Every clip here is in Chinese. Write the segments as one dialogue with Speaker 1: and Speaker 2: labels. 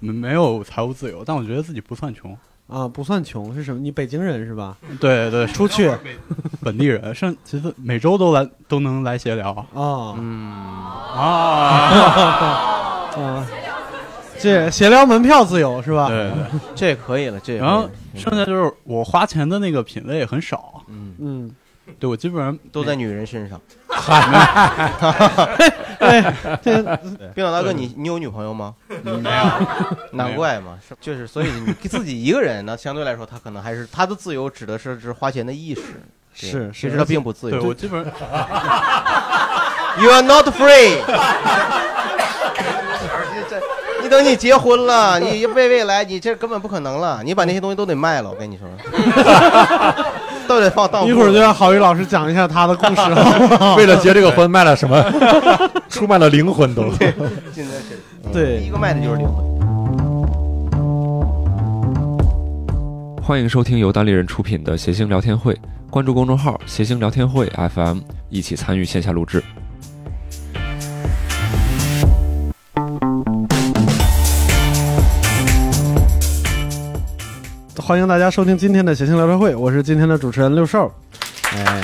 Speaker 1: 没没有财务自由，但我觉得自己不算穷。
Speaker 2: 啊，不算穷是什么？你北京人是吧？
Speaker 1: 对对，
Speaker 2: 出去
Speaker 1: 本地人，甚其实每周都来都能来闲聊
Speaker 2: 啊
Speaker 3: 嗯，
Speaker 1: 啊。
Speaker 2: 啊，这闲聊门票自由是吧？
Speaker 1: 对对，
Speaker 3: 这可以了，嗯这
Speaker 1: 然后剩下
Speaker 3: 现在
Speaker 1: 就是我花钱的那个品类很少，
Speaker 3: 嗯，
Speaker 2: 嗯，
Speaker 1: 对我基本上
Speaker 3: 都在女人身上。
Speaker 2: 哎，这
Speaker 3: 冰岛大哥，你你有女朋友吗？
Speaker 1: 没有。
Speaker 3: 难怪嘛，是就是所以你自己一个人呢，相对来说他可能还是他的自由指的是是花钱的意识，
Speaker 2: 是
Speaker 3: 对
Speaker 2: 是
Speaker 3: 其实他并不自
Speaker 1: 对
Speaker 3: 由。
Speaker 1: 我基本上
Speaker 3: You are not free 这。你等你结婚了，你为未来，你这根本不可能了。你把那些东西都得卖了，我跟你说，都得放当铺。
Speaker 2: 一会儿就让郝宇老师讲一下他的故事 了。
Speaker 4: 为了结这个婚卖了什 么？出卖了灵魂都。
Speaker 3: 进的是第一
Speaker 2: 对，
Speaker 3: 个卖的就是灵魂。
Speaker 5: 欢迎收听由单立人出品的《谐星聊天会》，关注公众号“谐星聊天会 FM”，一起参与线下录制。
Speaker 2: 欢迎大家收听今天的谐星聊天会，我是今天的主持人六兽。哎，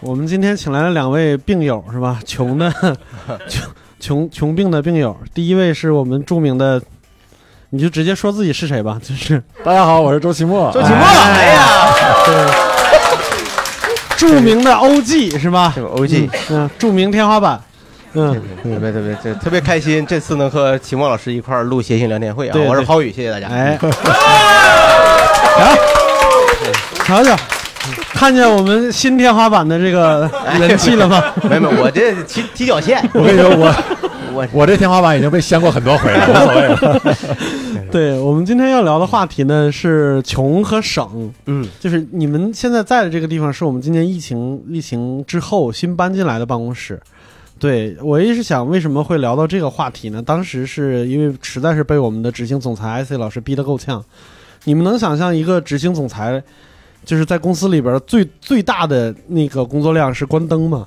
Speaker 2: 我们今天请来了两位病友是吧？穷的穷穷穷病的病友，第一位是我们著名的，你就直接说自己是谁吧，就是
Speaker 4: 大家好，我是周奇墨。
Speaker 3: 周奇墨，哎呀，
Speaker 2: 著名的 OG 是吧
Speaker 3: 这个 OG
Speaker 2: 嗯，嗯著名天花板，嗯，
Speaker 3: 特别特别这特别开心，这次能和齐墨老师一块儿录谐星聊天会啊！
Speaker 2: 对
Speaker 3: 我是
Speaker 2: 对
Speaker 3: 郝宇，谢谢大家。
Speaker 2: 哎，瞧瞧，看见我们新天花板的这个人气了吗？
Speaker 3: 没没，我这踢踢脚 线，
Speaker 4: 我跟你说，我
Speaker 3: 我
Speaker 4: 我这天花板已经被掀过很多回了，无所谓了。
Speaker 2: 对我们今天要聊的话题呢是穷和省，
Speaker 3: 嗯，
Speaker 2: 就是你们现在在的这个地方是我们今年疫情疫情之后新搬进来的办公室。对我一是想为什么会聊到这个话题呢？当时是因为实在是被我们的执行总裁 IC 老师逼得够呛。你们能想象一个执行总裁，就是在公司里边最最大的那个工作量是关灯吗？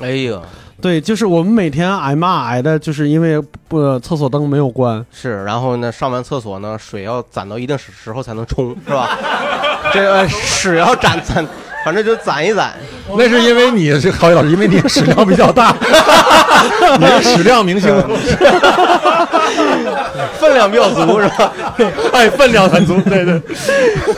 Speaker 3: 哎呦，
Speaker 2: 对，就是我们每天挨骂挨的，就是因为不、呃厕所灯没有关。
Speaker 3: 是，然后呢，上完厕所呢，水要攒到一定时时候才能冲，是吧？ 这个屎要攒攒，反正就攒一攒。
Speaker 4: 那是因为你是郝宇老师，因为你食量比较大， 你是食量明星，
Speaker 3: 分量比较足是 吧？
Speaker 4: 哎，分量很足。对 对，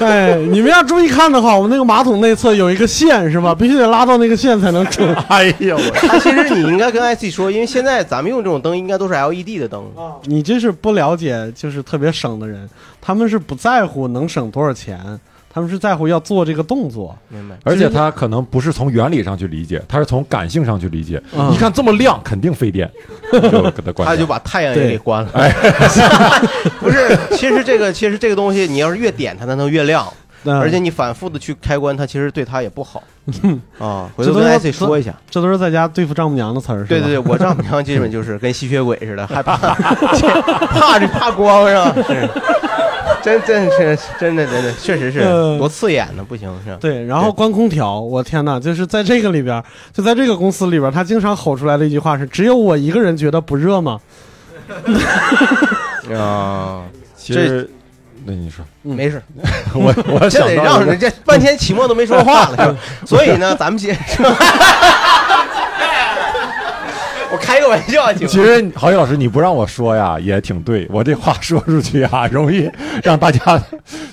Speaker 2: 哎，你们要注意看的话，我们那个马桶内侧有一个线是吧？必须得拉到那个线才能冲。
Speaker 4: 哎呦我。
Speaker 3: 啊，其实你应该跟 IC 说，因为现在咱们用这种灯应该都是 LED 的灯，
Speaker 2: 你这是不了解，就是特别省的人，他们是不在乎能省多少钱，他们是在乎要做这个动作。
Speaker 3: 明白？
Speaker 4: 而且它可能不是从原理上去理解，它是从感性上去理解。
Speaker 2: 嗯
Speaker 4: 你看这么亮，肯定费电，就给它关
Speaker 3: 他
Speaker 4: 上。
Speaker 3: 就把太阳也给
Speaker 2: 对
Speaker 3: 关了。 不是，其实这个其实这个东西，你要是越点它，它能越亮，
Speaker 2: 那
Speaker 3: 而且你反复的去开关它，其实对它也不好。啊，回头
Speaker 2: 嗯这都
Speaker 3: 跟
Speaker 2: 要
Speaker 3: IC 说一下。
Speaker 2: 这都是在家对付丈母娘的词儿，是吧？
Speaker 3: 对对对，我丈母娘基本就是跟吸血鬼似的，害怕怕这怕光是吧？ 是真真是真的真的，确实是
Speaker 2: 嗯
Speaker 3: 多刺眼呢，不行是吧？
Speaker 2: 对，然后关空调，我天哪，就是在这个里边，就在这个公司里边，他经常吼出来的一句话是：“只有我一个人觉得不热吗
Speaker 3: 啊，
Speaker 4: 其实，那你说，
Speaker 3: 没事，
Speaker 4: 我我
Speaker 3: 这
Speaker 4: 想
Speaker 3: 得
Speaker 4: 到
Speaker 3: 让
Speaker 4: 了
Speaker 3: 人家半天期末都没说话了，是 吧？所以呢，咱们先，我开个玩笑，啊请
Speaker 4: 其实郝宇老师，你不让我说呀，也挺对。我这话说出去啊， 容易让大家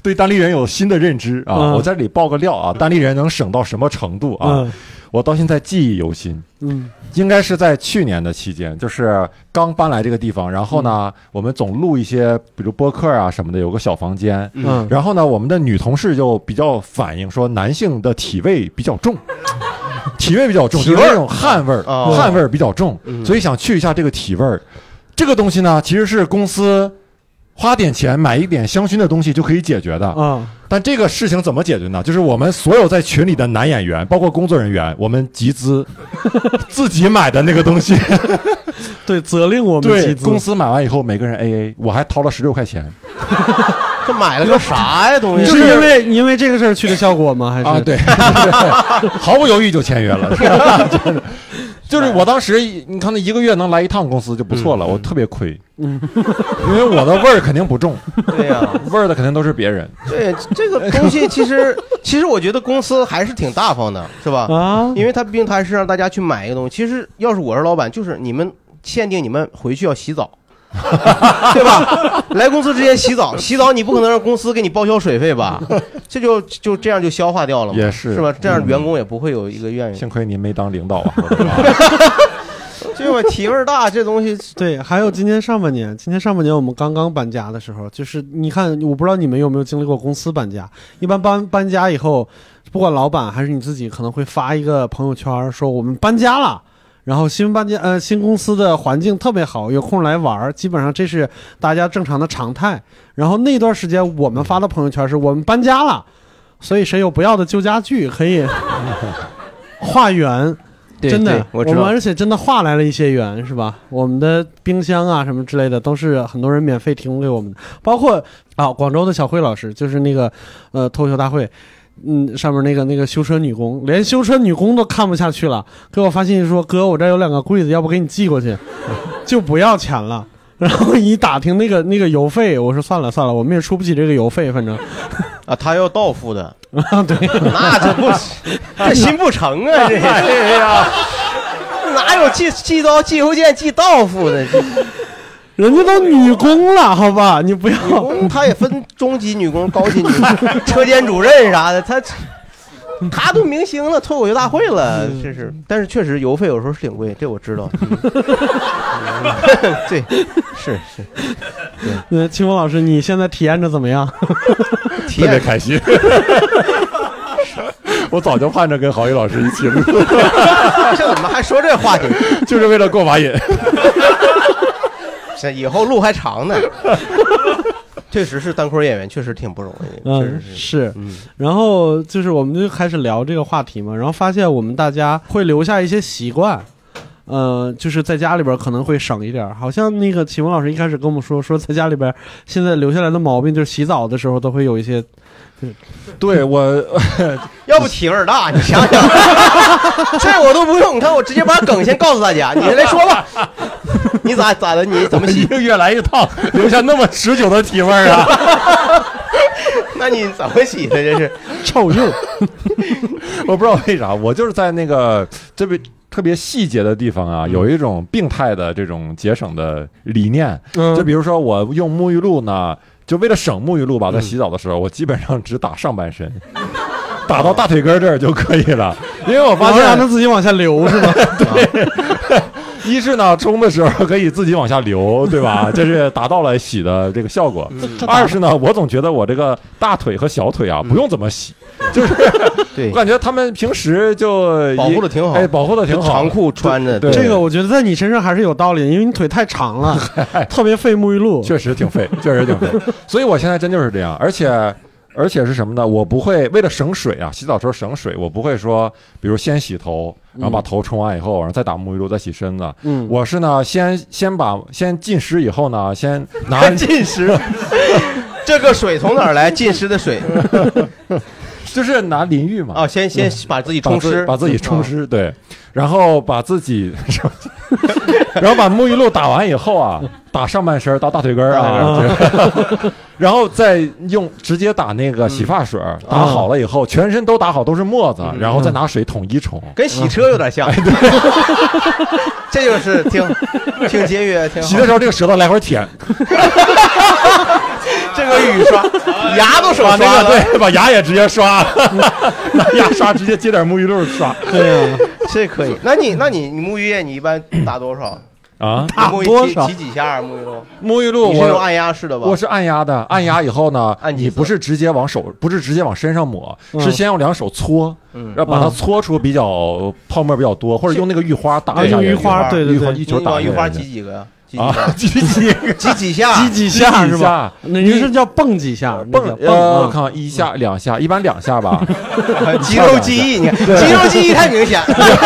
Speaker 4: 对单立人有新的认知啊。
Speaker 2: 嗯
Speaker 4: 我在这里爆个料啊，单立人能省到什么程度？”啊？
Speaker 2: 嗯
Speaker 4: 我到现在记忆犹新，
Speaker 2: 嗯
Speaker 4: 应该是在去年的期间，就是刚搬来这个地方。然后
Speaker 3: 嗯
Speaker 4: 呢，我们总录一些，比如播客啊什么的，有个小房间。
Speaker 2: 嗯，
Speaker 4: 然后呢，我们的女同事就比较反映说，男性的体味比较 重，体味比较重，
Speaker 3: 体
Speaker 4: 就
Speaker 3: 味
Speaker 4: 是
Speaker 3: 儿
Speaker 4: 那种汗味儿，
Speaker 3: 哦
Speaker 4: 汗味儿比较重，
Speaker 3: 嗯
Speaker 4: 所以想去一下这个体味儿。这个东西呢，其实是公司花点钱买一点香薰的东西就可以解决的。
Speaker 2: 啊
Speaker 4: 但这个事情怎么解决呢？就是我们所有在群里的男演员，包括工作人员，我们 集资自己买的那个东西，
Speaker 2: 对，责令我们
Speaker 4: 对
Speaker 2: 集资，
Speaker 4: 公司买完以后每个人 AA，我还掏了十六块钱
Speaker 3: 这买了个啥呀东
Speaker 2: 你
Speaker 3: 西？
Speaker 2: 是因为因为这个事
Speaker 4: 啊
Speaker 2: 儿去的效果吗？还是
Speaker 4: 啊，对，毫不犹豫就签约了。就是我当时一，你看那一个月能来一趟公司就不错了，
Speaker 3: 嗯
Speaker 4: 我特别亏，
Speaker 2: 嗯
Speaker 4: 因为我的味儿肯定 不重，
Speaker 3: 对呀、
Speaker 4: 味儿的肯定都是别人。
Speaker 3: 对这个东西，其实其实我觉得公司还是挺大方的，是吧？
Speaker 2: 啊，
Speaker 3: 因为他毕竟他是让大家去买一个东西。其实要是我是老板，就是你们限定你们回去要洗澡，对吧？来公司之前洗澡，洗澡你不可能让公司给你报销水费吧？这就就这样就消化掉了嘛，
Speaker 4: 也是
Speaker 3: 是吧？这样
Speaker 4: 嗯
Speaker 3: 员工也不会有一个怨言。
Speaker 4: 幸亏您没当领导 啊，
Speaker 3: 这吧，体味儿大，这东西
Speaker 2: 对，还有今年上半年，今年上半年我们刚刚搬家的时候，就是你看，我不知道你们有没有经历过公司搬家。一般搬搬家以后，不管老板还是你自己，可能会发一个朋友圈儿说我们搬家了。然后新搬家，呃，新公司的环境特别好，有空来玩儿，基本上这是大家正常的常态。然后那段时间我们发的朋友圈是我们搬家了，所以谁有不要的旧家具可 以化缘，
Speaker 3: 对
Speaker 2: 真的
Speaker 3: 对，我知
Speaker 2: 们
Speaker 3: 道。
Speaker 2: 而且真的化来了一些缘，是吧？我们的冰箱啊什么之类的，都是很多人免费提供给我们的，包括啊、广州的小慧老师，就是那个呃脱口秀大会。嗯，上面那个那个修车女工，连修车女工都看不下去了，给我发信息说：“哥，我这儿有两个柜子，要不给你寄过去， 就不要钱了。” 然后一打听那个那个邮费，我说算了算了，我们也出不起这个邮费，反正
Speaker 3: 啊，他要到付 的，
Speaker 2: 对，
Speaker 3: 那这不， 这心不诚啊，这这呀， 哪有寄寄刀、寄邮件、寄到付的？这
Speaker 2: 人家都女工了，好吧，你不要
Speaker 3: 女工他也分中级女工、高级 女工、车间主任啥的，他他都明星了，脱口秀大会了，
Speaker 4: 嗯
Speaker 3: 这是。但是确实邮费有时候是挺贵，这我 知道。嗯对，是是，
Speaker 2: 呃，清风老师，你现在体验着怎么 样？
Speaker 3: 体
Speaker 4: 特别
Speaker 3: 验
Speaker 4: 开心。 我早就盼着跟郝宇老师一起录，
Speaker 3: 这怎么还说这话题？
Speaker 4: 就是为了过把瘾。
Speaker 3: 这以后路还 长呢。确实是单口演员，确实挺不容易，确
Speaker 2: 嗯
Speaker 3: 实，是。
Speaker 2: 是。
Speaker 3: 嗯，
Speaker 2: 然后就是我们就开始聊这个话题嘛，然后发现我们大家会留下一些习惯，呃，就是在家里边可能会省一点儿。好像那个启蒙老师一开始跟我们说，说在家里边现在留下来的毛病就是洗澡的时候都会有一些，
Speaker 4: 对 我，
Speaker 3: 要不体味儿大，你想想， 这我都不用。你看，我直接把梗先告诉大家，你来说 吧，你咋咋的？你怎么
Speaker 4: 一
Speaker 3: 洗？
Speaker 4: 个月来一 趟，留下那么持久的体味儿 啊！
Speaker 3: 那你怎么洗的？这是
Speaker 2: 臭鼬。
Speaker 4: 我不知道为啥，我就是在那个这边特别细节的地方啊，有一种病态的这种节省的理念。
Speaker 2: 嗯，
Speaker 4: 就比如说我用沐浴露呢，就为了省沐浴露吧，在
Speaker 3: 嗯
Speaker 4: 洗澡的时候，我基本上只打上半身， 打到大腿根儿这儿就可以了，因为我发
Speaker 2: 发现让它
Speaker 4: 现。
Speaker 2: 自己往下流是吧？
Speaker 4: 一是呢，冲的时候可以自己往下 流，对吧？这是达到了洗的这个效果。
Speaker 3: 嗯
Speaker 4: 二是呢，我总觉得我这个大腿和小腿啊，不用怎么洗，就是
Speaker 3: 对
Speaker 4: 我，感觉他们平时就
Speaker 3: 保护得挺好
Speaker 4: 哎，保护的挺好。
Speaker 3: 长裤穿着，
Speaker 4: 对
Speaker 2: 这个我觉得在你身上还是有道理，因为你腿太长 了，特别费沐浴露。
Speaker 4: 确实挺费， 确实挺费。所以我现在真就是这样，而且而且是什么呢？我不会为了省水啊，洗澡时候省水，我不会说，比如先洗头，
Speaker 3: 嗯
Speaker 4: 然后把头冲完以后，然后再打沐浴露，再洗身子。
Speaker 2: 嗯，
Speaker 4: 我是呢，先先把先浸湿以后呢，先拿
Speaker 3: 进食。这个水从哪儿来？浸湿的水
Speaker 4: 嗯就是拿淋浴嘛，
Speaker 3: 啊，先先把自己
Speaker 4: 嗯把
Speaker 3: 冲
Speaker 4: 自
Speaker 3: 湿，
Speaker 4: 把自己冲嗯湿，对，然后把自己， 然后把沐浴露打完以后啊，打上半身儿到大腿根儿啊， 然后再用直接打那个洗发水儿，打好了以后，全身都打好都是沫子，然后再拿水统一冲。
Speaker 3: 跟洗车有点
Speaker 4: 嗯
Speaker 3: 像。
Speaker 4: 哎
Speaker 3: 这就是挺 挺节约，挺好
Speaker 4: 洗的时候，这个舌头来回舔，
Speaker 3: 这个雨 刷，
Speaker 4: 啊
Speaker 3: 牙都手
Speaker 4: 哎把
Speaker 3: 刷
Speaker 4: 那
Speaker 3: 了
Speaker 4: 个。对， 把牙也直接刷 了，拿牙刷直接接点沐浴露刷
Speaker 2: 对呀，
Speaker 3: 这可以。那你那你你沐浴液你一般打多 少？
Speaker 4: 啊。
Speaker 2: 打
Speaker 3: 沐浴
Speaker 2: 多
Speaker 3: 挤
Speaker 2: 少
Speaker 3: 挤几下啊沐浴露？
Speaker 4: 沐浴露
Speaker 3: 你是用
Speaker 4: 我
Speaker 3: 按压式的吧？
Speaker 4: 我是按压的，按压以后呢，
Speaker 3: 按几
Speaker 4: 你
Speaker 3: 次
Speaker 4: 不是直接往手，不是直接往身上抹，
Speaker 2: 嗯
Speaker 4: 是先用两手搓，
Speaker 3: 嗯，
Speaker 4: 要把它搓出比较泡沫比较多，或者用那个浴花打
Speaker 2: 啊，
Speaker 4: 一下
Speaker 2: 用
Speaker 4: 人
Speaker 2: 鱼
Speaker 4: 家
Speaker 2: 花，对对
Speaker 4: 浴花
Speaker 2: 对，
Speaker 4: 一球打
Speaker 3: 往
Speaker 4: 一
Speaker 3: 浴花
Speaker 4: 下
Speaker 3: 挤几个呀？挤几
Speaker 4: 啊
Speaker 3: 下，
Speaker 4: 几几
Speaker 3: 挤几下？
Speaker 2: 挤几下
Speaker 4: 下
Speaker 2: 是吧？？那您是叫蹦几下？
Speaker 4: 蹦
Speaker 2: 那叫
Speaker 4: 呃，我
Speaker 2: 啊
Speaker 4: 看看一下两下，一般两下吧。
Speaker 3: 肌肉记忆，你看肌肉记忆太明显了。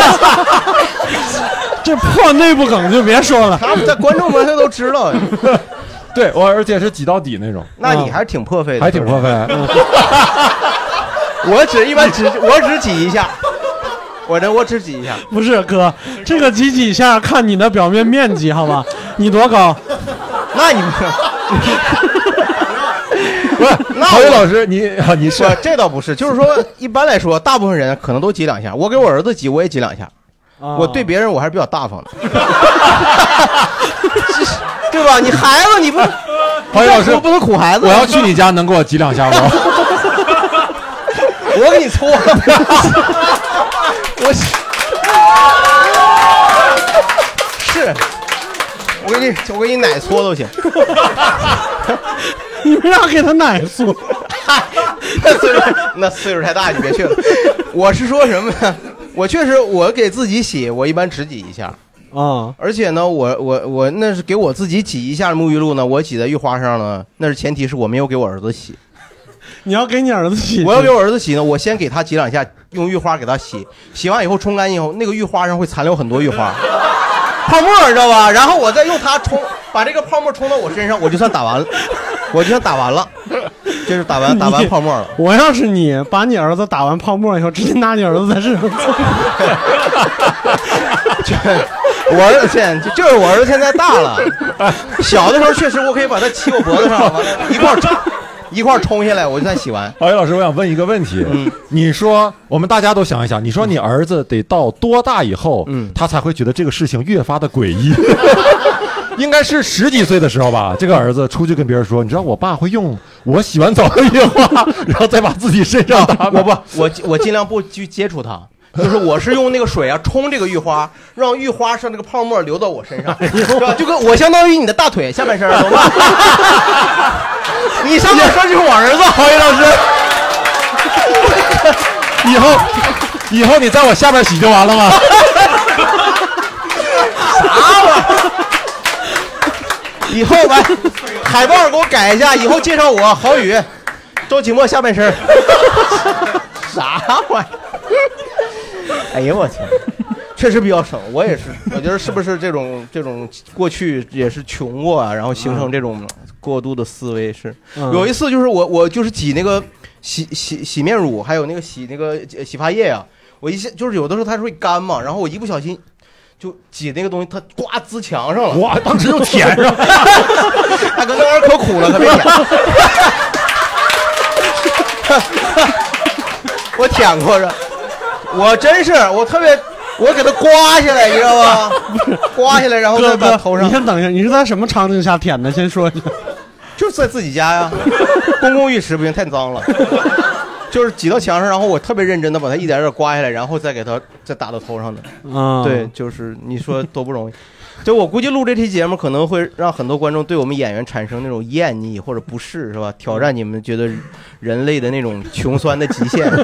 Speaker 2: 这破内部梗就别说了。
Speaker 3: 他们在观众们他都知道，
Speaker 4: 对我，而且是挤到底那种，
Speaker 3: 那你还是挺破费的，
Speaker 4: 啊还挺过分。
Speaker 3: 就是。我只一般只我只挤一下，我这我只挤一下，
Speaker 2: 不是哥，这个挤几下看你的表面面积，好吧？你多高？
Speaker 3: 那 你们。
Speaker 4: 不是，郝宇老师，你 啊，你 是
Speaker 3: 不，这倒不是，就是说，一般来说，大部分人可能都挤两下。我给我儿子挤，我也挤两下。
Speaker 4: 啊
Speaker 3: 我对别人我还是比较大 方的，对吧？你孩子，你不，
Speaker 4: 郝宇老师
Speaker 3: 我，不能苦孩子。
Speaker 4: 我要去你家，能给我挤两下吗？
Speaker 3: 我给你搓。 我是，我给你，我给你奶搓都行。
Speaker 2: 啊你们俩给他奶酥，
Speaker 3: 那岁数那岁数太大，你别去了。 我是说什么呢？我确实，我给自己洗，我一般只挤一下。
Speaker 2: 啊
Speaker 3: 而且呢，我我我那是给我自己挤一下沐浴露呢，我挤在浴花上呢，那是前提是我没有给我儿子洗。
Speaker 2: 你要给你儿子 洗，
Speaker 3: 我要给我儿子洗呢，我先给他挤两下，用浴花给他洗，洗完以后冲干净以后，那个浴花上会残留很多浴花泡沫，你知道吧？然后我再用它冲，把这个泡沫冲到我身上，我就算打完了，我就算打完了，就是打完打完泡沫了。
Speaker 2: 我要是你，把你儿子打完泡沫以后，直接拿你儿子在身上搓。
Speaker 3: 这我儿子现在就是我儿子现在大了，小的时候确实我可以把它骑我脖子上，完了一块儿冲一块儿冲下来，我就算洗完。
Speaker 4: 郝宇老师，我想问一个问题，
Speaker 3: 嗯
Speaker 4: 你说我们大家都想一想，你说你儿子得到多大以后，
Speaker 3: 嗯
Speaker 4: 他才会觉得这个事情越发的诡异？ 应该是十几岁的时候吧，这个儿子出去跟别人说，你知道我爸会用我洗完澡的浴花，然后再把自己身上打
Speaker 3: 啊我不，我我尽量不去接触它。就是我是用那个水啊冲这个浴花，让浴花上这个泡沫流到我身上，是吧？就跟我相当于你的大腿下半身儿，懂吧？你上面说就是我儿子，郝宇老师，
Speaker 4: 以后，以后你在我下边洗就完了吗？
Speaker 3: 以后把海报给我改一下，以后介绍我郝宇，周启墨下半身儿，啥玩意儿？哎呀，我操！确实比较省，我也是。我觉得是不是这种这种过去也是穷过啊，然后形成这种过度的思维是。
Speaker 2: 嗯
Speaker 3: 有一次就是我我就是挤那个洗洗洗面乳，还有那个洗那个呃洗发液呀、我一下就是有的时候它是会干嘛，然后我一不小心就挤那个东西，它呱滋墙上了。
Speaker 4: 哇，当时就 舔上了，
Speaker 3: 大哥，那玩意儿可苦了，可 别舔。我舔过着，我真是我特别，我给它刮下来，你知道 吗？刮下来，然后哦再
Speaker 2: 哥
Speaker 3: 把
Speaker 2: 哥
Speaker 3: 头，
Speaker 2: 你
Speaker 3: 上，
Speaker 2: 先等一下，你是在什么场景下舔的？先说一下。
Speaker 3: 就在自己家呀，公共浴池不行，太脏 了。就是挤到墙上，然后我特别认真的把它一点点刮下来，然后再给它再打到头上的。
Speaker 2: 啊，
Speaker 3: 对，，就是你说多不容易。就我估计录这期节目可能会让很多观众对我们演员产生那种厌腻或者不适，是吧？挑战你们觉得人类的那种穷酸的极限。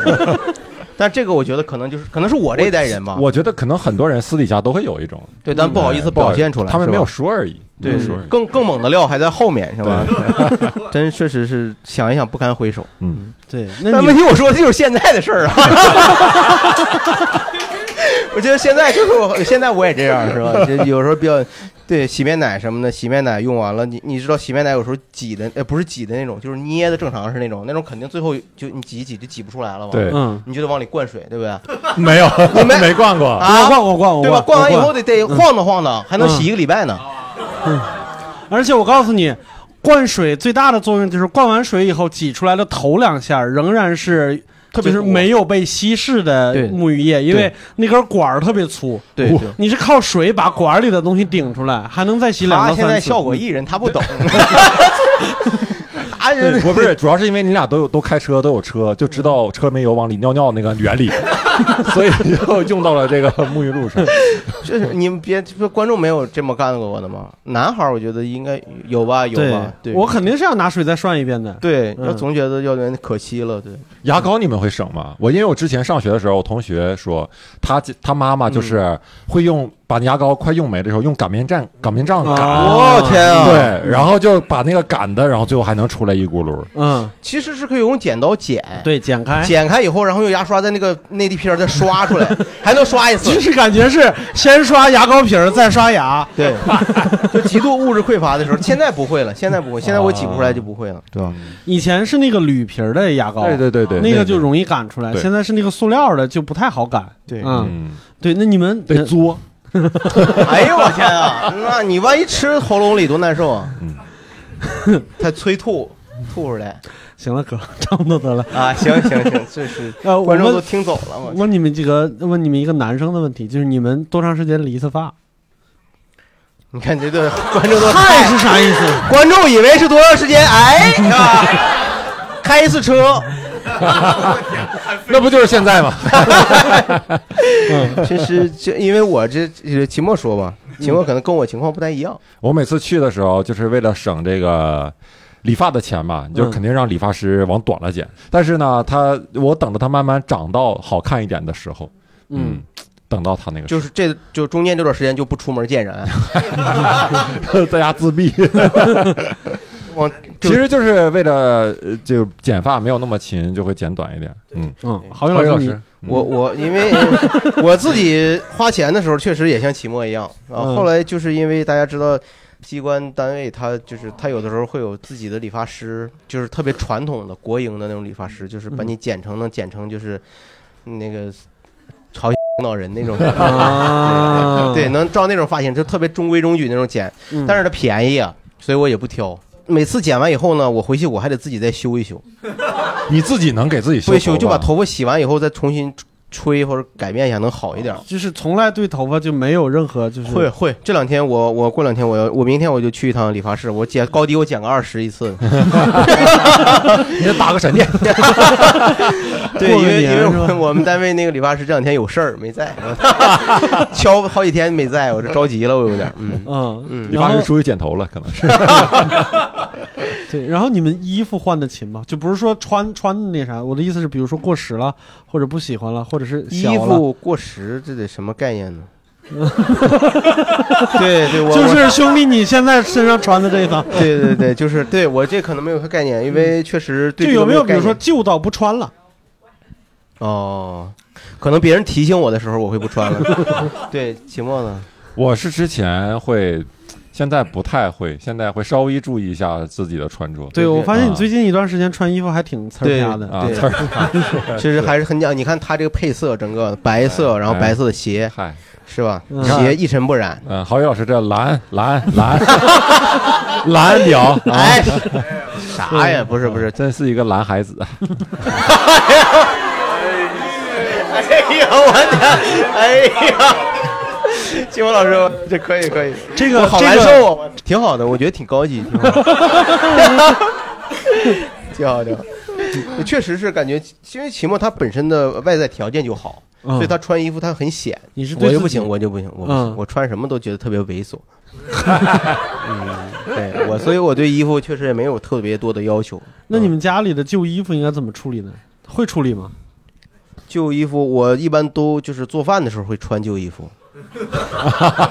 Speaker 3: 但这个我觉得可能就是可能是我这一代人吧，
Speaker 4: 我觉得可能很多人私底下都会有一种，嗯
Speaker 3: 对，咱不好意思表现出来，
Speaker 4: 他们
Speaker 3: 是吧
Speaker 4: 没有说而已，
Speaker 3: 对
Speaker 4: 没有说而已。
Speaker 3: 更更猛的料还在后面，是吧？ 真确实是想一想不堪回首。
Speaker 2: 对，那
Speaker 3: 但问
Speaker 2: 你
Speaker 3: 题我说的就是现在的事儿啊。 我觉得现在就是我，现在我也这样，是吧？就有时候比较，对洗面奶什么的，洗面奶用完了，你你知道洗面奶有时候挤的，呃，不是挤的那种，就是捏的，正常是那种，那种肯定最后就你挤一挤就挤不出来了嘛。
Speaker 4: 对，
Speaker 2: 嗯，
Speaker 3: 你就得往里灌水，对
Speaker 2: 啊
Speaker 3: 不对？
Speaker 4: 没有，
Speaker 3: 你没
Speaker 4: 没逛过。
Speaker 2: 我
Speaker 3: 啊，
Speaker 2: 逛我逛我
Speaker 3: 对吧？
Speaker 2: 逛
Speaker 3: 灌完以
Speaker 2: 我
Speaker 3: 后得得
Speaker 2: 嗯
Speaker 3: 晃荡晃荡，还能洗一个礼拜呢。
Speaker 2: 而且我告诉你，灌水最大的作用就是灌完水以后挤出来的头两下仍然是。
Speaker 3: 特别
Speaker 2: 就是
Speaker 3: 粗
Speaker 2: 没有被稀释的
Speaker 3: 对
Speaker 2: 沐浴液，因为那根管儿特别粗，
Speaker 3: 对
Speaker 4: 我
Speaker 3: 对。
Speaker 2: 你是靠水把管儿里的东西顶出来，还能再洗两
Speaker 3: 他
Speaker 2: 到三次。嗯
Speaker 3: 现在效果艺人，他 不懂。他
Speaker 4: 对我不是，主要是因为你俩都有都开车，都有车，就知道车没油往里尿尿那个 原理，所以就用到了这个沐浴露上。
Speaker 3: 就是你们别说观众没有这么干过的吗？男孩儿我觉得应该有吧，有
Speaker 2: 对
Speaker 3: 吧，，对，
Speaker 2: 我肯定是要拿水再涮一遍的。
Speaker 3: 对，
Speaker 2: 嗯
Speaker 3: 那总觉得要点可惜了，对，
Speaker 4: 牙膏你们会省吗？我因为我之前上学的时候，我同学说他他妈妈就是会用把牙膏快用没的时候用擀面杖擀面杖擀，
Speaker 2: 啊
Speaker 3: 我天啊！，
Speaker 4: 对，然后就把那个擀的，然后最后还能出来一咕噜。
Speaker 2: 嗯，
Speaker 3: 其实是可以用剪刀剪，
Speaker 2: 对，剪开，
Speaker 3: 剪开以后，然后用牙刷在那个内地片儿再刷出来，还能刷一次
Speaker 2: 就。是感觉是先先刷牙膏瓶儿再刷牙，
Speaker 3: 对，就极度物质匮乏的时候，现在不会了，现在不会，现在我挤不出来就不会了，对吧？
Speaker 2: 以前是那个铝瓶儿的牙膏，
Speaker 4: 对对对对，
Speaker 2: 哦那个就容易赶出来，
Speaker 4: 对
Speaker 2: 现在是那个塑料的就不太好赶。
Speaker 3: 对
Speaker 2: 嗯，
Speaker 4: 嗯，
Speaker 2: 对，那你们呃
Speaker 4: 得作，
Speaker 3: 哎呦我天 啊，那你万一吃喉咙里多难受啊！
Speaker 4: 嗯
Speaker 3: 他催吐，吐出来
Speaker 2: 行了，哥， 差不多得了。
Speaker 3: 啊！行行行，这是
Speaker 2: 呃，我
Speaker 3: 观众都
Speaker 2: 问
Speaker 3: 听走了，我
Speaker 2: 问你们几个，问你们一个男生的问题，就是你们多长时间理一次发？
Speaker 3: 你看这对观众都
Speaker 2: 嗨是啥意思？
Speaker 3: 观众以为是多长时间？哎， 是吧？开一次车，
Speaker 4: 那不就是现在吗？
Speaker 3: 其实这因为我这这秦墨说吧，秦墨可能跟我情况不太一样，
Speaker 4: 我每次去的时候，就是为了省这个理发的钱嘛，你就肯定让理发师往短了剪。但是呢，他我等着他慢慢长到好看一点的时候，
Speaker 2: 嗯，
Speaker 4: 等到他那个时
Speaker 3: 就是这就中间这段时间就不出门见人，
Speaker 4: 候在家自 闭，
Speaker 3: 往就
Speaker 4: 其实就是为了呃就剪发没有那么勤，就会剪短一点。嗯，
Speaker 2: 嗯，郝宇
Speaker 4: 郝宇
Speaker 2: 老
Speaker 4: 老
Speaker 2: 师，
Speaker 4: 师
Speaker 2: 你，
Speaker 3: 我我因为我自己花钱的时候，确实也像期末一样啊。
Speaker 2: 嗯
Speaker 3: 后来就是因为大家知道，机关单位他就是他有的时候会有自己的理发师，就是特别传统的国营的那种理发师，就是
Speaker 2: 嗯
Speaker 3: 把你剪成能剪成就是那个朝鲜领导人那种，
Speaker 2: 啊
Speaker 3: 对，能照那种发型，就特别中规中矩那种剪。
Speaker 2: 嗯
Speaker 3: 但是它便宜啊，所以我也不挑。每次剪完以后呢，我回去我还得自己再修一修，
Speaker 4: 你自己能给自己
Speaker 3: 不一
Speaker 4: 修
Speaker 3: 修
Speaker 4: 吧
Speaker 3: 就把头发洗完以后再重新吹或者改变一下，能好一点。
Speaker 2: 就是从来对头发就没有任何就是
Speaker 3: 啊会会，这两天我我过两天我要我明天我就去一趟理发室，我剪高低我剪个二十一 次，
Speaker 4: 你得打个 闪电，
Speaker 3: 对，
Speaker 2: 过个
Speaker 3: 因为因
Speaker 2: 年
Speaker 3: 为
Speaker 2: 是吧
Speaker 3: 我我们单位那个理发师这两天有事儿没在， 敲好几天没在，我这着急了，我有点儿，嗯
Speaker 2: 嗯
Speaker 3: 嗯，
Speaker 4: 理
Speaker 2: 然
Speaker 4: 发
Speaker 2: 后
Speaker 4: 师出去剪头了，可能是
Speaker 2: 对，然后你们衣服换的勤吗？就不是说穿穿的那啥，我的意思是，比如说过时了，或者不喜欢了，或者是小
Speaker 3: 衣
Speaker 2: 了
Speaker 3: 服过时这得什么概念呢？ 对对，我我
Speaker 2: 就是兄弟，你现在身上穿的这一套，
Speaker 3: 对对对，就是对我这可能没有概念，因为确实对
Speaker 2: 就
Speaker 3: 这个
Speaker 2: 有没
Speaker 3: 有
Speaker 2: 有比如
Speaker 3: 概
Speaker 2: 说
Speaker 3: 念
Speaker 2: 旧到不穿了？
Speaker 3: 哦，可能别人提醒我的时候我会不穿了。对，期末呢？
Speaker 4: 我是之前会，现在不太会，现在会稍微注意一下自己的穿着。
Speaker 2: 对，
Speaker 3: 对
Speaker 2: 我发现你
Speaker 4: 啊
Speaker 2: 最近一段时间穿衣服还挺呲儿啪的。
Speaker 4: 啊，
Speaker 3: 对
Speaker 4: 词儿
Speaker 3: 其实还是很讲，你看他这个配色，整个白色，
Speaker 4: 哎
Speaker 3: 然后白色的鞋
Speaker 4: 嗨，
Speaker 3: 是吧
Speaker 2: 嗯？
Speaker 3: 鞋一尘不染。
Speaker 4: 嗯，郝宇老师这蓝蓝蓝 蓝屌，
Speaker 3: 哎， 啥呀？不是不是，
Speaker 4: 真是一个蓝孩子。啊
Speaker 3: 哎呀，我的，哎呀，期末老师，这可以可以，
Speaker 2: 这
Speaker 3: 我
Speaker 2: 个
Speaker 3: 好
Speaker 2: 这
Speaker 3: 难
Speaker 2: 个
Speaker 3: 受啊，挺好的，我觉得挺高级，挺好的，挺好的。 确实是感觉，因为期末他本身的外在条件就好，
Speaker 2: 嗯
Speaker 3: 所以他穿衣服他很显。
Speaker 2: 你是对
Speaker 3: 嗯我就
Speaker 2: 自
Speaker 3: 不
Speaker 2: 己
Speaker 3: 行，我就不行，我不行，
Speaker 2: 嗯
Speaker 3: 我穿什么都觉得特别猥 琐。嗯，对我，所以我对衣服确实也没有特别多的要求。
Speaker 2: 那你们家里的旧衣服应该怎么处理呢？会处理吗？
Speaker 3: 旧衣服，我一般都就是做饭的时候会穿旧衣服。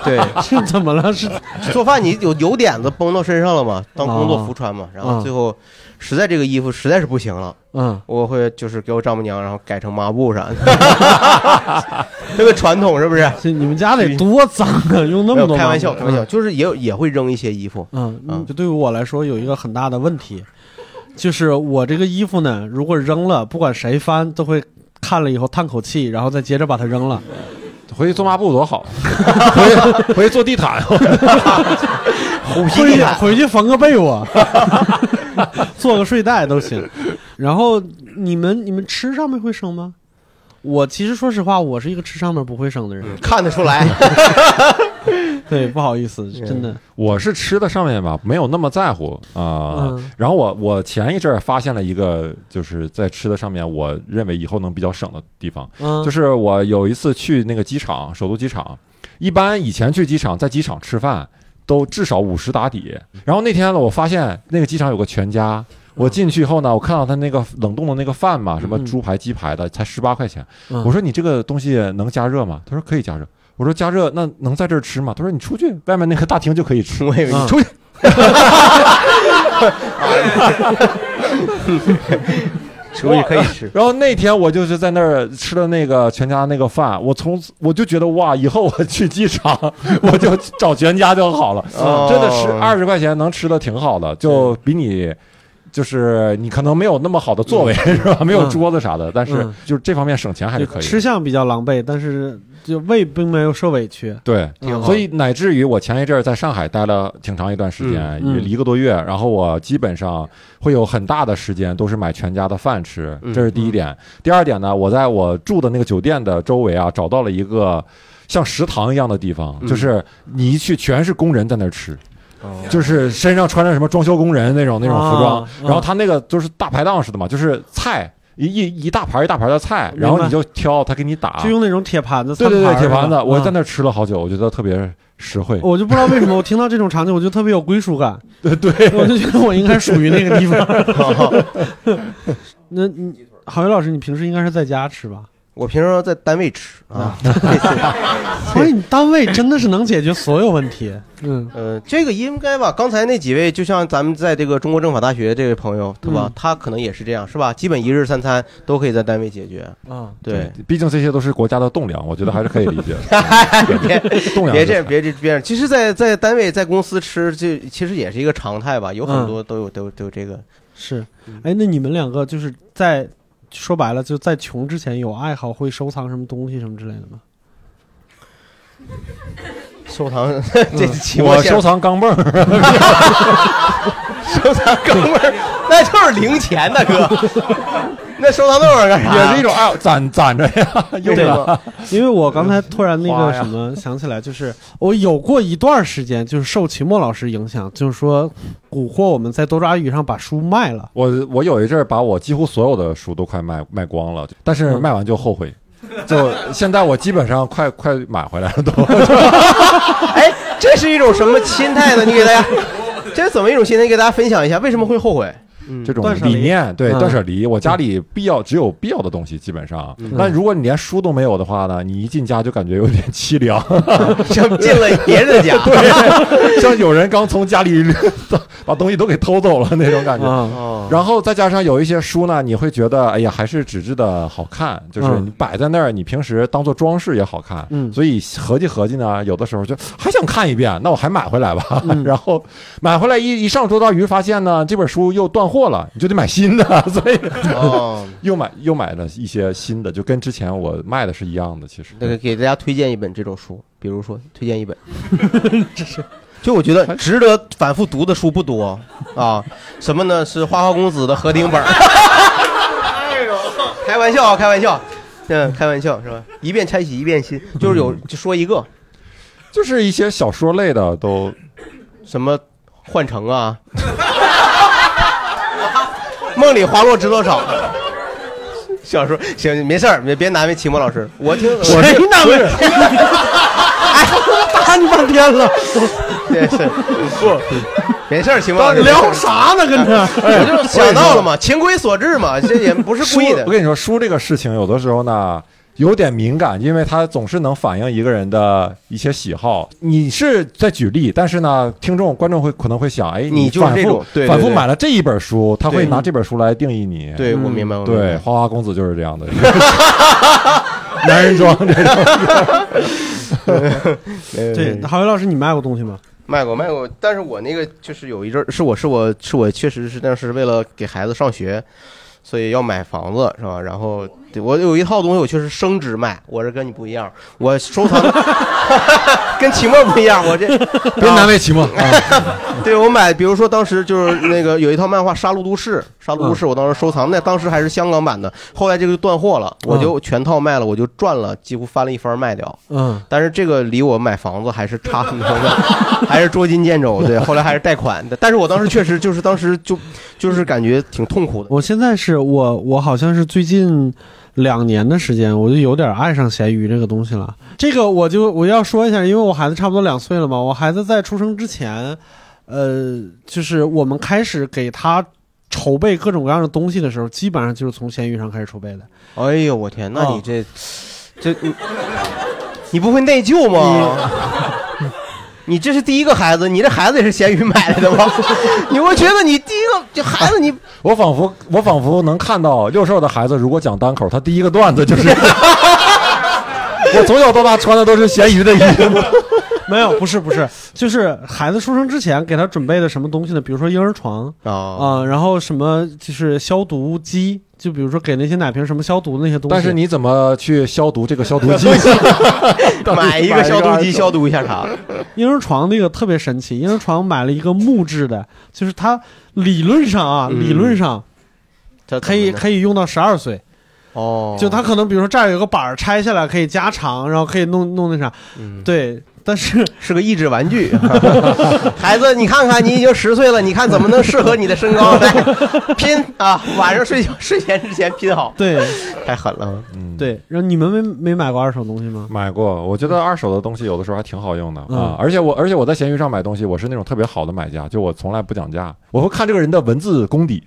Speaker 3: 对，
Speaker 2: 是怎么了？是
Speaker 3: 做饭你有油点子崩到身上了嘛，当工
Speaker 2: 啊
Speaker 3: 作服穿嘛，然后最后实在这个衣服实在是不行了，
Speaker 2: 嗯，
Speaker 3: 我会就是给我丈母娘，然后改成抹布啥的， 特别传统是不是？
Speaker 2: 这你们家得多脏啊！用 那
Speaker 3: 没
Speaker 2: 么
Speaker 3: 有
Speaker 2: 多
Speaker 3: 开玩
Speaker 2: 抹
Speaker 3: 笑，
Speaker 2: 布
Speaker 3: 开玩笑，。就是也有也会扔一些衣服，
Speaker 2: 嗯嗯，
Speaker 3: 嗯
Speaker 2: 就对于我来说有一个很大的问题，就是我这个衣服呢，如果扔了，不管谁翻都会看了以后叹口气，然后再接着把它扔了。
Speaker 4: 回去做抹布多好，啊 回去回去做地毯，啊
Speaker 3: 虎皮
Speaker 2: 回
Speaker 3: 地
Speaker 2: 去
Speaker 3: 毯
Speaker 2: 回去缝个被窝， 做个睡袋都行。然后你们你们吃上面会生吗？我其实说实话，我是一个吃上面不会生的人。
Speaker 3: 看得出 来。
Speaker 4: 嗯
Speaker 2: 对，不好意思，真的。
Speaker 4: 我是吃的上面吧，没有那么在乎啊。
Speaker 2: 嗯
Speaker 4: 然后我我前一阵儿发现了一个，就是在吃的上面，我认为以后能比较省的地方，
Speaker 2: 嗯，
Speaker 4: 就是我有一次去那个机场，首都机场，一般以前去机场，在机场吃饭都至少五十打底。然后那天呢，我发现那个机场有个全家。我进去以后呢，我看到他那个冷冻的那个饭嘛，什么
Speaker 2: 嗯
Speaker 4: 猪排、鸡排的，才十八块钱。
Speaker 2: 嗯
Speaker 4: 我说你这个东西能加热吗？他说可以加热。我说加热那能在这儿吃吗？他说你出去外面那个大厅就可以吃。
Speaker 3: 我以为
Speaker 2: 嗯
Speaker 3: 你出去。出去可以吃。
Speaker 4: 然后那天我就是在那儿吃了那个全家那个饭，我从此我就觉得哇，以后我去机场我就找全家就好了，
Speaker 3: 哦
Speaker 4: 真的是二十块钱能吃的挺好的，就比你。就是你可能没有那么好的座位、是吧？没有桌子啥的，但是
Speaker 2: 嗯
Speaker 4: 就是这方面省钱还是可
Speaker 2: 就
Speaker 4: 以的。
Speaker 2: 吃相比较狼狈，但是就胃并没有受委屈。
Speaker 4: 对，
Speaker 3: 挺
Speaker 2: 啊嗯
Speaker 3: 好
Speaker 4: 所以乃至于我前一阵儿在上海待了挺长一段时间，
Speaker 2: 嗯嗯
Speaker 4: 一个多月，然后我基本上会有很大的时间都是买全家的饭吃，
Speaker 3: 嗯
Speaker 4: 这是第一点。第二点呢，我在我住的那个酒店的周围啊，找到了一个。像食堂一样的地方，
Speaker 3: 嗯
Speaker 4: 就是你一去全是工人在那儿吃，就是身上穿着什么装修工人那种那种服装，
Speaker 2: 啊
Speaker 4: 然后他那个就是大排档似的嘛，就是菜一一一大盘儿一大盘儿的菜，然后
Speaker 2: 明白
Speaker 4: 你就挑，他给你打，
Speaker 2: 就用那种铁盘子，
Speaker 4: 啊对对对，铁盘子，我在
Speaker 2: 那，
Speaker 4: 那儿吃了好久，我觉得特别实惠。
Speaker 2: 嗯我就不知道为什么，我听到这种场景，我就特别有归属 感。对，我就觉得我应该属于那个地方。那你，郝宇老师，你平时应该是在家吃吧？
Speaker 3: 我平时在单位吃啊，
Speaker 2: 所哎以你单位真的是能解决所有问题。嗯
Speaker 3: 呃，这个应该吧？刚才那几位，就像咱们在这个中国政法大学这位朋友，对吧？
Speaker 2: 嗯
Speaker 3: 他可能也是这样，是吧？基本一日三餐都可以在单位解决。
Speaker 2: 啊，
Speaker 3: 对，，
Speaker 4: 毕竟这些都是国家的栋梁，我觉得还是可以理解。
Speaker 3: 别
Speaker 4: 栋梁
Speaker 3: 别
Speaker 4: 之
Speaker 3: 这
Speaker 4: 才
Speaker 3: 样，别这别这样。其实在，在单位、在公司吃，这其实也是一个常态吧。有很
Speaker 2: 嗯
Speaker 3: 多都有都有都有这个。
Speaker 2: 是。哎，那你们两个就是在说白了，就在穷之前有爱好，会收藏什么东西什么之类的吗？
Speaker 3: 收藏 这期
Speaker 4: 嗯我收藏钢镚儿，
Speaker 3: 收藏哥们儿，那就是零钱呐，哥。 那收藏那玩意儿啊干啥？
Speaker 4: 也是一种爱好，攒攒着 呀，用
Speaker 3: 对
Speaker 4: 着。
Speaker 3: 吧？
Speaker 2: 因为我刚才突然那
Speaker 4: 花
Speaker 2: 个
Speaker 4: 呀
Speaker 2: 什么想起来，就是我有过一段时间，就是受秦墨老师影响，就是说蛊惑我们在多抓鱼上把书卖了。
Speaker 4: 我我有一阵儿把我几乎所有的书都快卖卖光了，但是卖完就后悔。就现在我基本上快 快买回来了都。
Speaker 3: 哎，这是一种什么心态呢？你给大家， 这是怎么一种心态？你给大家分享一下，为什么会后悔？嗯
Speaker 4: 这种
Speaker 2: 断舍离
Speaker 4: 理念，对
Speaker 2: 嗯
Speaker 4: 断舍离，我家里必要只有必要的东西，基本上。但如果你连书都没有的话呢，你一进家就感觉有点凄凉。
Speaker 3: 像进了别人 的家，
Speaker 4: 像有人刚从家里 把东西都给偷走了那种感 觉。
Speaker 2: 啊，
Speaker 3: 哦，
Speaker 4: 然后再加上有一些书呢，你会觉得哎呀，还是纸质的好看，就是
Speaker 2: 嗯
Speaker 4: 你摆在那儿，你平时当做装饰也好看。
Speaker 2: 嗯
Speaker 4: 所以合计合计呢，有的时候就还想看一遍，那我还买回来吧。
Speaker 2: 嗯
Speaker 4: 然后买回来一一上桌抓鱼，发现呢这本书又断货了，你就得买新的， 所以
Speaker 3: 哦，
Speaker 4: 又买又买了一些新的，就跟之前我卖的是一样的。其实
Speaker 3: 那个给大家推荐一本这种书，比如说推荐一本，就我觉得值得反复读的书不多啊。什么呢？是花花公子的合订本儿。开玩笑啊，开玩笑，嗯，开玩笑是吧？一遍拆洗一遍新，就是有就说一个
Speaker 4: 就是一些小说类的都
Speaker 3: 什么幻城啊，梦里花落知多少。小说行，没事儿，别别难为齐墨老师。我听我
Speaker 2: 谁那么？打你半天了，
Speaker 3: 对是不，没事儿，齐墨老师
Speaker 2: 聊啥呢？跟这
Speaker 3: 我就想到了嘛，情归所致嘛，这也不是
Speaker 4: 书
Speaker 3: 故意的
Speaker 4: 我。跟你说，书这个事情有的时候呢。有点敏感，因为它总是能反映一个人的一些喜好。你是在举例，但是呢，听众、观众会可能会想，哎，
Speaker 3: 你就是
Speaker 4: 反
Speaker 3: 这
Speaker 4: 复
Speaker 3: 种对对
Speaker 4: 反复
Speaker 3: 对
Speaker 4: 买了这一本书，他会
Speaker 3: 对
Speaker 4: 拿这本书来定义你。
Speaker 3: 对，
Speaker 2: 嗯
Speaker 3: 我明白，我明
Speaker 4: 对，
Speaker 3: 白。
Speaker 4: 花花公子就是这样的， 男人装这种。
Speaker 2: 对，郝云老师，你卖过东西吗？
Speaker 3: 卖过卖过，但是我那个就是有一阵儿，是我是我是我确实是那是为了给孩子上学，所以要买房子是吧？然后对我有一套东西，我确实升值卖，我这跟你不一样，我收藏 跟秦墨不一样，我这
Speaker 4: 别难为齐墨，
Speaker 2: 啊
Speaker 3: 对我买，比如说当时就是那个有一套漫画《杀戮都市》，《杀戮都市》我当时收藏，那当时还是香港版的，后来这个就断货了，我就全套卖了，我就赚了，几乎翻了一番卖掉。
Speaker 2: 嗯，
Speaker 3: 但是这个离我买房子还是差很多的， 还是捉襟见肘。对，后来还是贷款的，但是我当时确实就是当时就就是感觉挺痛苦的。
Speaker 2: 我现在是我我好像是最近两年的时间，我就有点爱上咸鱼这个东西了。这个我就我要说一下，因为我孩子差不多两岁了嘛，我孩子在出生之前，呃，就是我们开始给他。筹备各种各样的东西的时候，基本上就是从闲鱼上开始筹备的。
Speaker 3: 哎呦我天，那
Speaker 2: 哦
Speaker 3: 你这、这你你不会内疚吗？你这是第一个孩子，你这孩子也是咸鱼买来的 吗？你我觉得你第一个这孩子你
Speaker 4: 我仿佛我仿佛能看到六兽的孩子，如果讲单口，他第一个段子就是， 我从小到大穿的都是咸鱼的衣服。
Speaker 2: 没有，不是不是，就是孩子出生之前给他准备的什么东西呢？比如说婴儿床
Speaker 3: 啊
Speaker 2: 啊、然后什么就是消毒机，就比如说给那些奶瓶什么消毒的那些东西。
Speaker 4: 但是你怎么去消毒这个消 毒剂？
Speaker 3: 买一个消毒机消毒一下肠，
Speaker 2: 婴儿床那个特别神奇，婴儿床买了一个木质的，就是它理论上啊，
Speaker 3: 嗯
Speaker 2: 理论上
Speaker 3: 这
Speaker 2: 可以
Speaker 3: 以
Speaker 2: 可以用到十二岁，
Speaker 3: 哦，
Speaker 2: 就它可能比如说这儿有个板儿拆下来可以加长，然后可以弄弄那啥，
Speaker 3: 嗯
Speaker 2: 对。但是
Speaker 3: 是个益智玩具。 孩子，你看看，你已经十岁了，你看怎么能适合你的身高？ 来拼啊！晚上睡觉 睡前之前拼好，
Speaker 2: 对
Speaker 3: 太狠了。
Speaker 4: 嗯，
Speaker 2: 对，然后你们没没买过二手东西吗？
Speaker 4: 买过，我觉得二手的东西有的时候还挺好用的、
Speaker 2: 嗯
Speaker 4: 啊。而且我，而且我在闲鱼上买东西，我是那种特别好的买家，就我从来不讲价，我会看这个人的文字功底，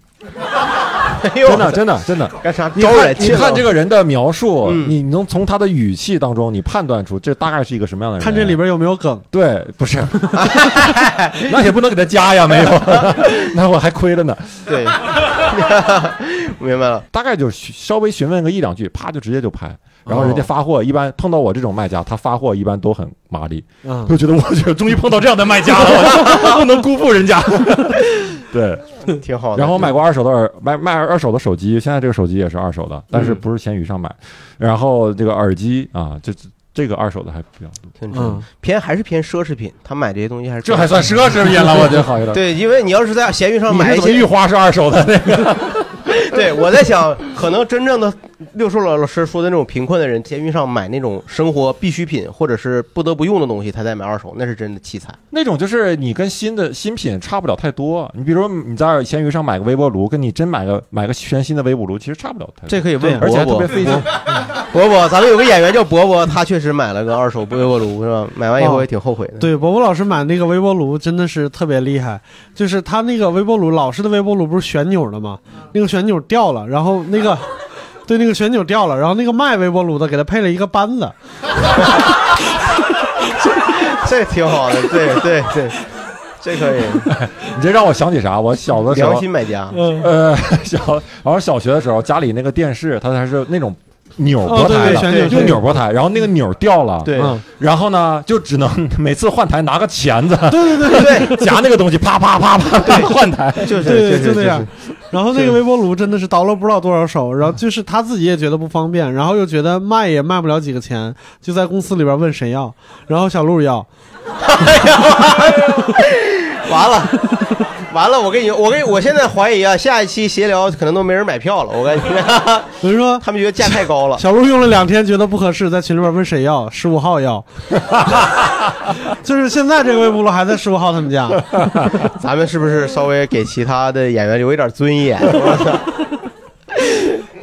Speaker 3: 哎呦，
Speaker 4: 真的，真的， 真的。
Speaker 3: 干啥
Speaker 4: 你
Speaker 3: 招
Speaker 4: 看，
Speaker 3: 人？
Speaker 4: 你看这
Speaker 3: 个，
Speaker 4: 个人的描述，
Speaker 3: 嗯
Speaker 4: 你能从他的语气当中，你判断出这大概是一个什么样的人。
Speaker 2: 看这里边有没有梗？
Speaker 4: 对，不是， 那也不能给他加呀，没有， 那我还亏了呢。
Speaker 3: 对， 明白了。
Speaker 4: 大概就是询稍微询问个一两句，啪就直接就拍。然后人家发货，一般碰到我这种卖家，他发货一般都很麻利，
Speaker 2: 嗯，
Speaker 4: 就觉得我觉得 终于碰到这样的卖家了，不能辜负人家。对，
Speaker 3: 挺好的。
Speaker 4: 然后我买过二手的耳买卖二手的手机，现在这个手机也是二手的，但是
Speaker 3: 嗯
Speaker 4: 不是闲鱼上买。然后这个耳机啊，这这个二手的还比较多，
Speaker 3: 挺值，
Speaker 2: 嗯
Speaker 3: 偏还是偏侈侈品，他买这些东西还是
Speaker 4: 这还算奢侈品了，我觉得好一点。，
Speaker 3: 对，因为你要是在闲鱼上
Speaker 4: 你
Speaker 3: 买
Speaker 4: 是
Speaker 3: 一
Speaker 4: 怎么
Speaker 3: 些
Speaker 4: 预，花是二手的那个？
Speaker 3: 对我在想，可能真正的六叔老师说的那种贫困的人，闲鱼上买那种生活必需品或者是不得不用的东西，他再买二手，那是真的凄惨。
Speaker 4: 那种就是你跟新的新品差不了太多。你比如说你在闲鱼上买个微波炉，跟你真买个买个全新的微波炉，其实差不了太多。
Speaker 3: 这可以问
Speaker 4: 而且
Speaker 3: 伯
Speaker 4: 还特
Speaker 3: 伯
Speaker 4: 别，费劲。
Speaker 3: 伯伯，咱们有个演员叫伯伯，他确实买了个二手微波炉，是吧？买完以
Speaker 4: 哦
Speaker 3: 后也挺后悔的。
Speaker 2: 对，伯伯老师买那个微波炉真的是特别厉害，就是他那个微波炉，老式的微波炉不是旋钮的吗？
Speaker 3: 嗯
Speaker 2: 那个旋钮掉了，然后那个，对，那个旋钮掉了，然后那个卖微波炉的给他配了一个扳子，
Speaker 3: 这挺好的，对对对，这可以，
Speaker 4: 你这让我想起啥？我小的时候
Speaker 3: 良心买家。
Speaker 2: 嗯，
Speaker 4: 呃，小，然后小学的时候，家里那个电视它还是那种钮儿
Speaker 2: 哦
Speaker 4: 拨
Speaker 2: 对
Speaker 4: 台
Speaker 2: 对
Speaker 4: 的，
Speaker 2: 旋钮对
Speaker 4: 用钮儿拨台，然后那个钮儿掉了，
Speaker 3: 对
Speaker 2: 嗯
Speaker 4: 然后呢，就只能 每次换台拿个钳子
Speaker 2: 对对对
Speaker 3: 对，
Speaker 4: 夹那个东西，啪啪啪啪啪换台。
Speaker 3: 就是
Speaker 2: 对，
Speaker 3: 是
Speaker 2: 就那样
Speaker 3: 是。
Speaker 2: 然后那个微波炉真的是倒了不知道多少手，然后就是他自己也觉得不方便，然后又觉得卖也卖不了几个钱，就在公司里边问谁要，然后小鹿要，
Speaker 3: 完了，完了！我跟你，我跟我现在怀疑啊，下一期闲聊可能都没人买票了。我感觉
Speaker 2: 我就说
Speaker 3: 他们觉得价太高 了。
Speaker 2: 小鹿用了两天，觉得不合适，在群里边问谁要，十五号要， 就是现在这个微波炉还在十五号他们家。
Speaker 3: 咱们是不是稍微给其他的演员留一点 尊严？我操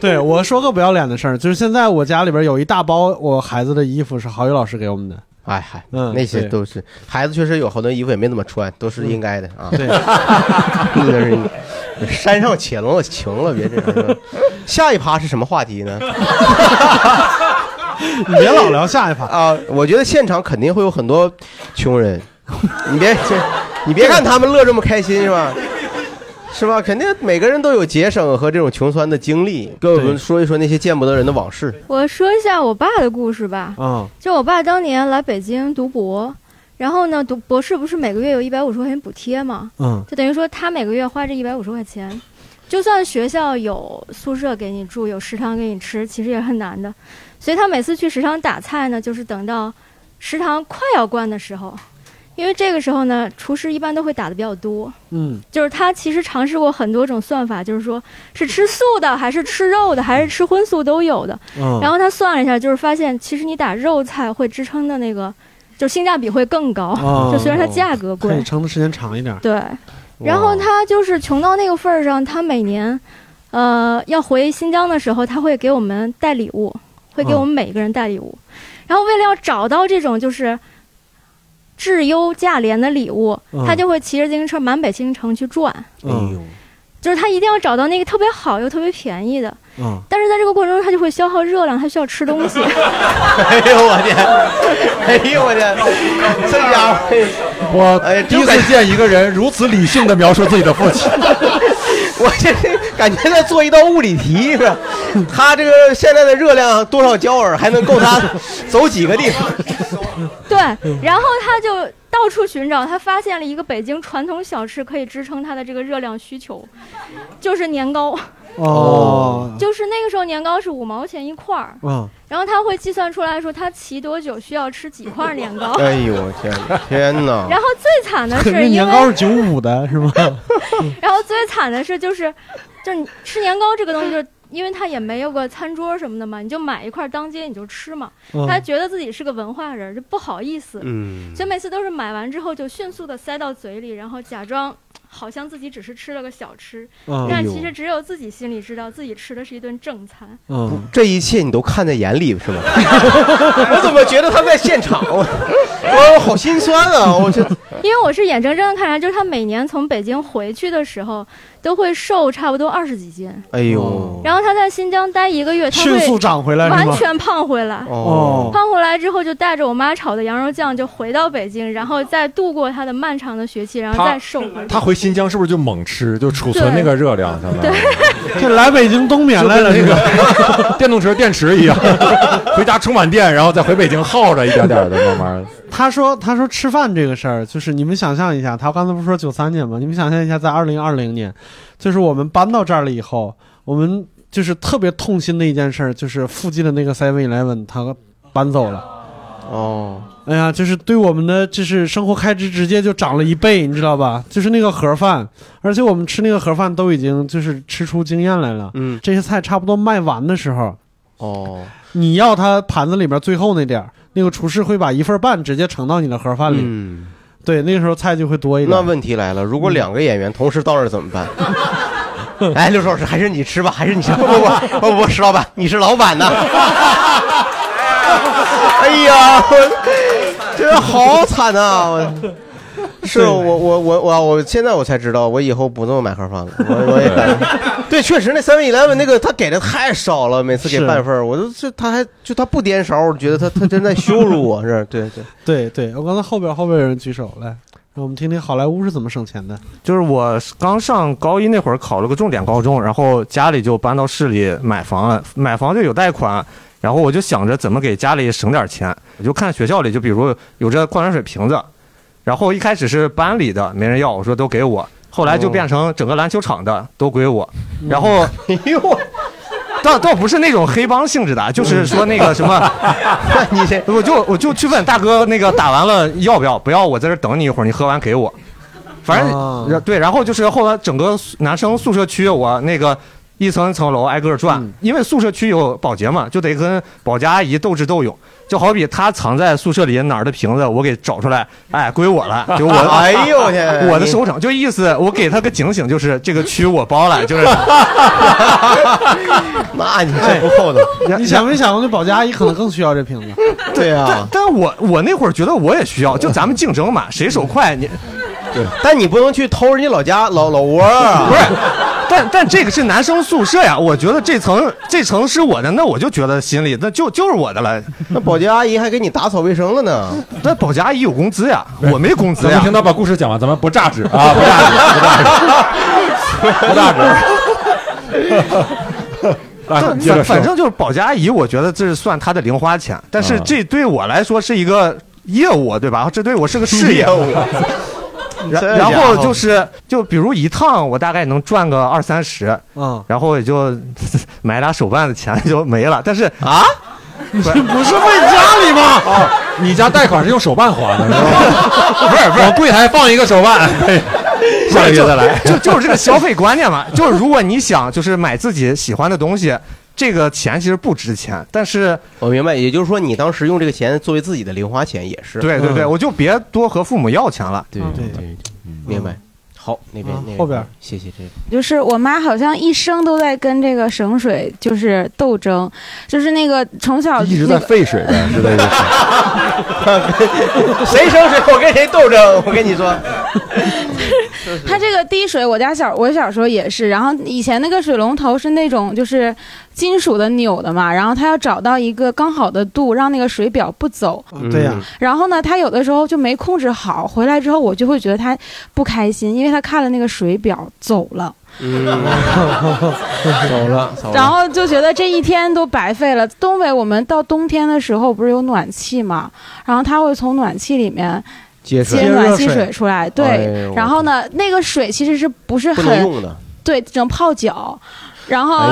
Speaker 2: 对我说个不要脸的事儿，就是现在我家里边有一大包我孩子的衣服是郝宇老师给我们的，
Speaker 3: 哎嗨，
Speaker 2: 嗯
Speaker 3: 那些
Speaker 2: 对
Speaker 3: 都是孩子，确实有好多衣服也没怎么穿，都是应该的啊。
Speaker 2: 对，
Speaker 3: 那是应该山上擒了，擒了，别这样 是吧。下一趴是什么话题呢？
Speaker 2: 你别老聊下一盘。
Speaker 3: 啊，我觉得现场肯定会有很多穷人，你别这，你别看他们乐这么开心是吧？是吧？肯定每个人都有节省和这种穷酸的经历，跟我们
Speaker 2: 对
Speaker 3: 说一说那些见不得人的往事。
Speaker 6: 我说一下我爸的故事吧。
Speaker 2: 啊、
Speaker 6: 就我爸当年来北京读博，然后呢，读博士不是每个月有一百五十块钱补贴吗？
Speaker 2: 嗯
Speaker 6: 就等于说他每个月花这一百五十块钱，就算学校有宿舍给你住，有食堂给你吃，其实也很难的。所以他每次去食堂打菜呢，就是等到食堂快要关的时候，因为这个时候呢，厨师一般都会打的比较多。
Speaker 2: 嗯
Speaker 6: 就是他其实尝试过很多种算法，就是说是吃素的，还是吃肉的，还是吃荤素都有的。
Speaker 2: 嗯，
Speaker 6: 然后他算了一下，就是发现其实你打肉菜会支撑的那个，就是性价比会更高，
Speaker 2: 哦
Speaker 6: 就虽然它价格
Speaker 2: 可以
Speaker 6: 贵，
Speaker 2: 撑的时间长一点。
Speaker 6: 对。然后
Speaker 3: 哇
Speaker 6: 他就是穷到那个份儿上，他每年，呃，要回新疆的时候，他会给我们带礼物，会给
Speaker 2: 嗯
Speaker 6: 我们每个人带礼物。然后为了要找到这种就是质优价廉的礼物，
Speaker 2: 嗯
Speaker 6: 他就会骑着自行车满北京城去转。
Speaker 2: 嗯
Speaker 3: 呦，
Speaker 6: 就是他一定要找到那个特别好又特别便宜的。
Speaker 2: 啊，
Speaker 6: 但是在这个过程中，它就会消耗热量，它需要吃东西。
Speaker 3: 哎呦我天！哎呦我天！这家伙，
Speaker 4: 我
Speaker 3: 哎
Speaker 4: 第
Speaker 3: 就
Speaker 4: 一
Speaker 3: 感
Speaker 4: 次见一个人如此理性的描述自己的父 亲。
Speaker 3: 我这感觉在做一道物理题是吧？他这个现在的热量多少焦耳，还能够他走几个地方？
Speaker 6: 对，
Speaker 2: 嗯
Speaker 6: 然后他就到处寻找，他发现了一个北京传统小吃可以支撑他的这个热量需求，就是年糕。
Speaker 2: 嗯
Speaker 4: 嗯
Speaker 2: 哦，
Speaker 6: 就是那个时候年糕是五毛钱一块儿，
Speaker 2: 啊，
Speaker 6: 然后他会计算出来说他骑多久需要吃几块年 糕。
Speaker 3: 哎呦我天！天哪！
Speaker 6: 然后最惨的
Speaker 2: 可
Speaker 6: 是
Speaker 2: 是
Speaker 6: 因
Speaker 2: 年
Speaker 6: 为
Speaker 2: 糕是九五的 是吗？
Speaker 6: 然后最惨的是，就是，就是你吃年糕这个东西，就是因为它也没有个餐桌什么的嘛，你就买一块当街你就吃嘛。他
Speaker 2: 嗯
Speaker 6: 觉得自己是个文化人，就不好意思，
Speaker 3: 嗯
Speaker 6: 所以每次都是买完之后就迅速的塞到嘴里，然后假装好像自己只是吃了个小吃，
Speaker 2: 嗯
Speaker 6: 但其实只有自己心里知道自己吃的是一顿正餐。
Speaker 2: 嗯，
Speaker 3: 这一切你都看在眼里是吗？ 我怎么觉得他在现场？我 我好心酸 啊！我这
Speaker 6: 因为我是眼睁睁的看着，就是他每年从北京回去的时候，都会瘦差不多二十几斤，
Speaker 3: 哎呦，
Speaker 6: 然后他在新疆待一个月，他
Speaker 2: 迅速
Speaker 6: 会
Speaker 2: 长回来是
Speaker 6: 完
Speaker 2: 吗？
Speaker 6: 全胖回来。
Speaker 2: 哦，
Speaker 6: 胖回来之后，就带着我妈炒的羊肉酱就回到北京，然后再度过她的漫长的学期，然后再瘦回来。
Speaker 4: 他回新疆是不是就猛吃，就储存
Speaker 6: 对
Speaker 4: 那个热量，相当于
Speaker 2: 这来北京冬眠
Speaker 4: 就
Speaker 2: 来
Speaker 4: 跟
Speaker 2: 了
Speaker 4: 那
Speaker 2: 是吧？
Speaker 4: 个 电动车电池 一样，回家充满电，然后再回北京耗着一点点的，慢慢。
Speaker 2: 他说：“他说吃饭这个事儿，就是你们想象一下，他刚才不是说九三年吗？你们想象一下，在二零二零年，就是我们搬到这儿了以后，我们就是特别痛心的一件事儿，就是附近的那个 Seven Eleven 他呃搬走了。
Speaker 3: 哦，
Speaker 2: 哎呀，就是对我们的就是生活开支直接就涨了一倍，你知道吧？就是那个盒饭，而且我们吃那个盒饭都已经就是吃出经验来了。
Speaker 3: 嗯，
Speaker 2: 这些菜差不多卖完的时候，
Speaker 3: 哦，
Speaker 2: 你要它盘子里面最后那点儿，那个厨师会把一份半直接盛到你的盒饭里。
Speaker 3: 嗯，
Speaker 2: 对，那个时候菜就会多一
Speaker 3: 那
Speaker 2: 点。
Speaker 3: 问题来了，如果两个演员同时到那儿怎么办？哎，刘老师，还是你吃吧，还是你吃吧。不不不不，石老板，你是老板 呐！哎呀，这好惨啊！我是我我我我我现在我才知道，我以后不这么买盒饭了。我我 也感对，确实那三 e l e v e n 那个他给的太少了，每次给
Speaker 2: 是
Speaker 3: 半份儿，我都这他还就他不颠勺，我觉得他他真在羞辱我，是对对。
Speaker 2: 对对，我刚才后边后边有人举手来，让我们听听好莱坞是怎么省钱的。
Speaker 7: 就是我刚上高一那会儿考了个重点高中，然后家里就搬到市里买房了，买房就有贷款，然后我就想着怎么给家里省点钱，我就看学校里就比如有这矿泉水瓶子，然后一开始是班里的没人要，我说都给我，后来就
Speaker 3: 哦
Speaker 7: 变成整个篮球场的都归我，然后
Speaker 3: 哎呦，
Speaker 7: 倒倒不是那种黑帮性质的，啊就是说那个什么。
Speaker 3: 你这
Speaker 7: 我就我就去问大哥，那个打完了要不要？不要，我在这儿等你一会儿，你喝完给我。反正、
Speaker 2: 啊
Speaker 3: 哦
Speaker 7: 然对，然后就是后来整个宿男生宿舍区，我那个一层一层楼挨个儿转，
Speaker 2: 嗯
Speaker 7: 因为宿舍区有保洁嘛，就得跟保洁阿姨斗智斗勇。就好比他藏在宿舍里哪儿的瓶子，我给找出来，哎，归我了，就我
Speaker 3: 哎呦我天！
Speaker 7: 我的手掌，就意思我给他个警醒，就是这个区我包了， 就是
Speaker 3: 你，那你这不厚道。
Speaker 2: 你想没想过，那保洁阿姨可能更需要这瓶子？
Speaker 3: 对
Speaker 7: 但
Speaker 3: 啊，
Speaker 7: 但我我那会儿觉得我也需要，就咱们竞争嘛，谁手快你
Speaker 3: 但你不能去偷人家老家老老窝啊
Speaker 7: 不！是，但但这个是男生宿舍呀，我觉得这层这层是我的，那我就觉得心里那就就是我的了。
Speaker 3: 那保洁阿姨还给你打扫卫生了 呢。
Speaker 7: 那保洁阿姨有工资呀，我没工资
Speaker 4: 咱们
Speaker 7: 呀
Speaker 4: 听。他把故事讲完，咱们不榨汁啊，不榨汁，不榨汁，不榨汁。来，
Speaker 7: 但
Speaker 4: 啊接 着
Speaker 7: 反
Speaker 4: 说
Speaker 7: 反正就是保洁阿姨，我觉得这是算她的零花钱，但是
Speaker 4: 啊
Speaker 7: 这对我来说是一个业务，对吧？这对我是个事业。然
Speaker 3: 这家伙
Speaker 7: 然后就是就比如一趟我大概能赚个二三十，
Speaker 2: 啊、
Speaker 7: 然后也就 买俩手办的钱就没了。但是
Speaker 3: 啊，
Speaker 4: 不是问家里吗？啊你家贷款是用手办还的，是吧？ 不是不是，往柜台放一个手办， 下个月再来。
Speaker 7: 就就是这个消费观念嘛，就是如果你想就是买自己喜欢的东西，这个钱其实不值钱，但
Speaker 4: 嗯
Speaker 7: 是
Speaker 3: 我明白，也就是说你当时用这个钱作为自己的零花钱也是。
Speaker 7: 对
Speaker 4: 嗯
Speaker 7: 对对，我就别多和父母要钱了。
Speaker 3: 对
Speaker 2: 对
Speaker 3: 对，明白。好，那边
Speaker 2: 啊
Speaker 3: 那
Speaker 2: 后边，
Speaker 3: 谢谢这个。
Speaker 8: 就是我妈好像一生都在跟这个省水就是斗争，就是那个从小
Speaker 4: 一直在
Speaker 8: 那个
Speaker 4: 废水呗，是这意思。
Speaker 3: 谁生谁，我跟谁斗争？我跟你说，
Speaker 8: 它这个滴水，我家小我小时候也是，然后以前那个水龙头是那种就是金属的扭的嘛，然后它要找到一个刚好的度，让那个水表不走。
Speaker 2: 嗯对
Speaker 3: 嗯
Speaker 2: 呀、
Speaker 8: 然后呢，他有的时候就没控制好，回来之后我就会觉得他不开心，因为他看了那个水表走了，
Speaker 3: 嗯，走了，走
Speaker 8: 然
Speaker 3: 了。
Speaker 8: 后就觉得这一天都白费了。东北我们到冬天的时候不是有暖气嘛，然后他会从暖气里面
Speaker 3: 接水
Speaker 8: 接暖气水出来，
Speaker 3: 哎
Speaker 8: 对。
Speaker 3: 呦我
Speaker 8: 然后呢，那个水其实是不是
Speaker 3: 不能
Speaker 8: 很
Speaker 3: 用的。
Speaker 8: 对，只能泡脚，然后。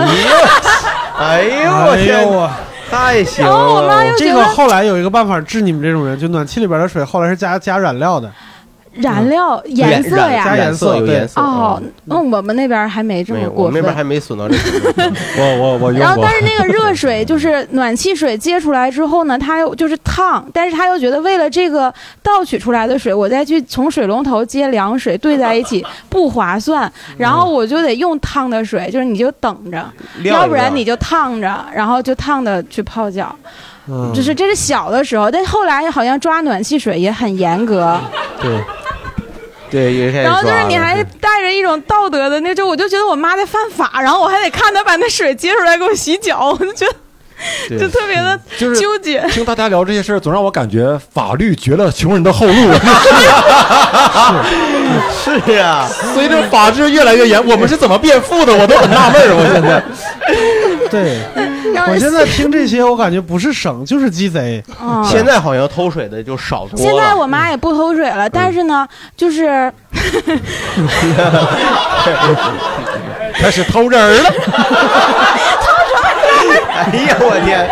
Speaker 3: 哎呦，哎呦我
Speaker 2: 哎
Speaker 3: 天
Speaker 2: 呦，我
Speaker 3: 太行
Speaker 8: 然哦后我妈
Speaker 3: 了！
Speaker 8: 又
Speaker 2: 这
Speaker 8: 觉
Speaker 2: 个
Speaker 8: 得
Speaker 2: 后来有一个办法治你们这种人，就暖气里边的水后来是加加染料的，
Speaker 8: 燃料颜色
Speaker 3: 染
Speaker 8: 呀
Speaker 2: 染，
Speaker 3: 染嗯色有
Speaker 2: 对
Speaker 3: 颜色嗯
Speaker 8: 哦，那我们那边还没这
Speaker 3: 没
Speaker 8: 么
Speaker 3: 有，
Speaker 8: 过
Speaker 3: 我
Speaker 8: 分。
Speaker 3: 们那边还没损到这 个地步。
Speaker 4: 我我我
Speaker 8: 然
Speaker 4: 用
Speaker 8: 后，
Speaker 4: 过
Speaker 8: 但，是那个热水就是暖气水接出来之后呢，他又就是烫，但是他又觉得为了这个倒取出来的水，我再去从水龙头接凉水兑在一起不划算，然后我就得用烫的水，就是你就等着，
Speaker 3: 晾一
Speaker 8: 要不然
Speaker 3: 晾
Speaker 8: 你就烫着，然后就烫的去泡脚，
Speaker 2: 嗯，
Speaker 8: 就是这是小的时候，但后来好像抓暖气水也很严格，
Speaker 2: 对，
Speaker 3: 对，有一
Speaker 9: 啊
Speaker 3: 些
Speaker 8: 然后就是你
Speaker 3: 抓了
Speaker 8: 还带着一种道德的那就，我就觉得我妈在犯法，然后我还得看她把那水接出来给我洗脚， 我就觉得。
Speaker 3: 对
Speaker 8: 就特别的
Speaker 9: 嗯
Speaker 4: 就是
Speaker 8: 纠结。
Speaker 4: 听大家聊这些事儿，总让我感觉法律绝了穷人的后路。啊
Speaker 3: 是啊，
Speaker 4: 随着法治越来越严，我们是怎么变富的？我都很纳闷儿。我 现在，
Speaker 2: 对
Speaker 8: 让
Speaker 2: 我
Speaker 8: 人
Speaker 2: 现在听这些，我感觉不是省就是鸡贼，
Speaker 8: 嗯
Speaker 3: 现在好像偷水的就少多了。
Speaker 8: 现在我妈也不偷水了，但是呢，
Speaker 9: 嗯
Speaker 8: 就是
Speaker 4: 开始偷人儿了。
Speaker 3: 哎呀，我天！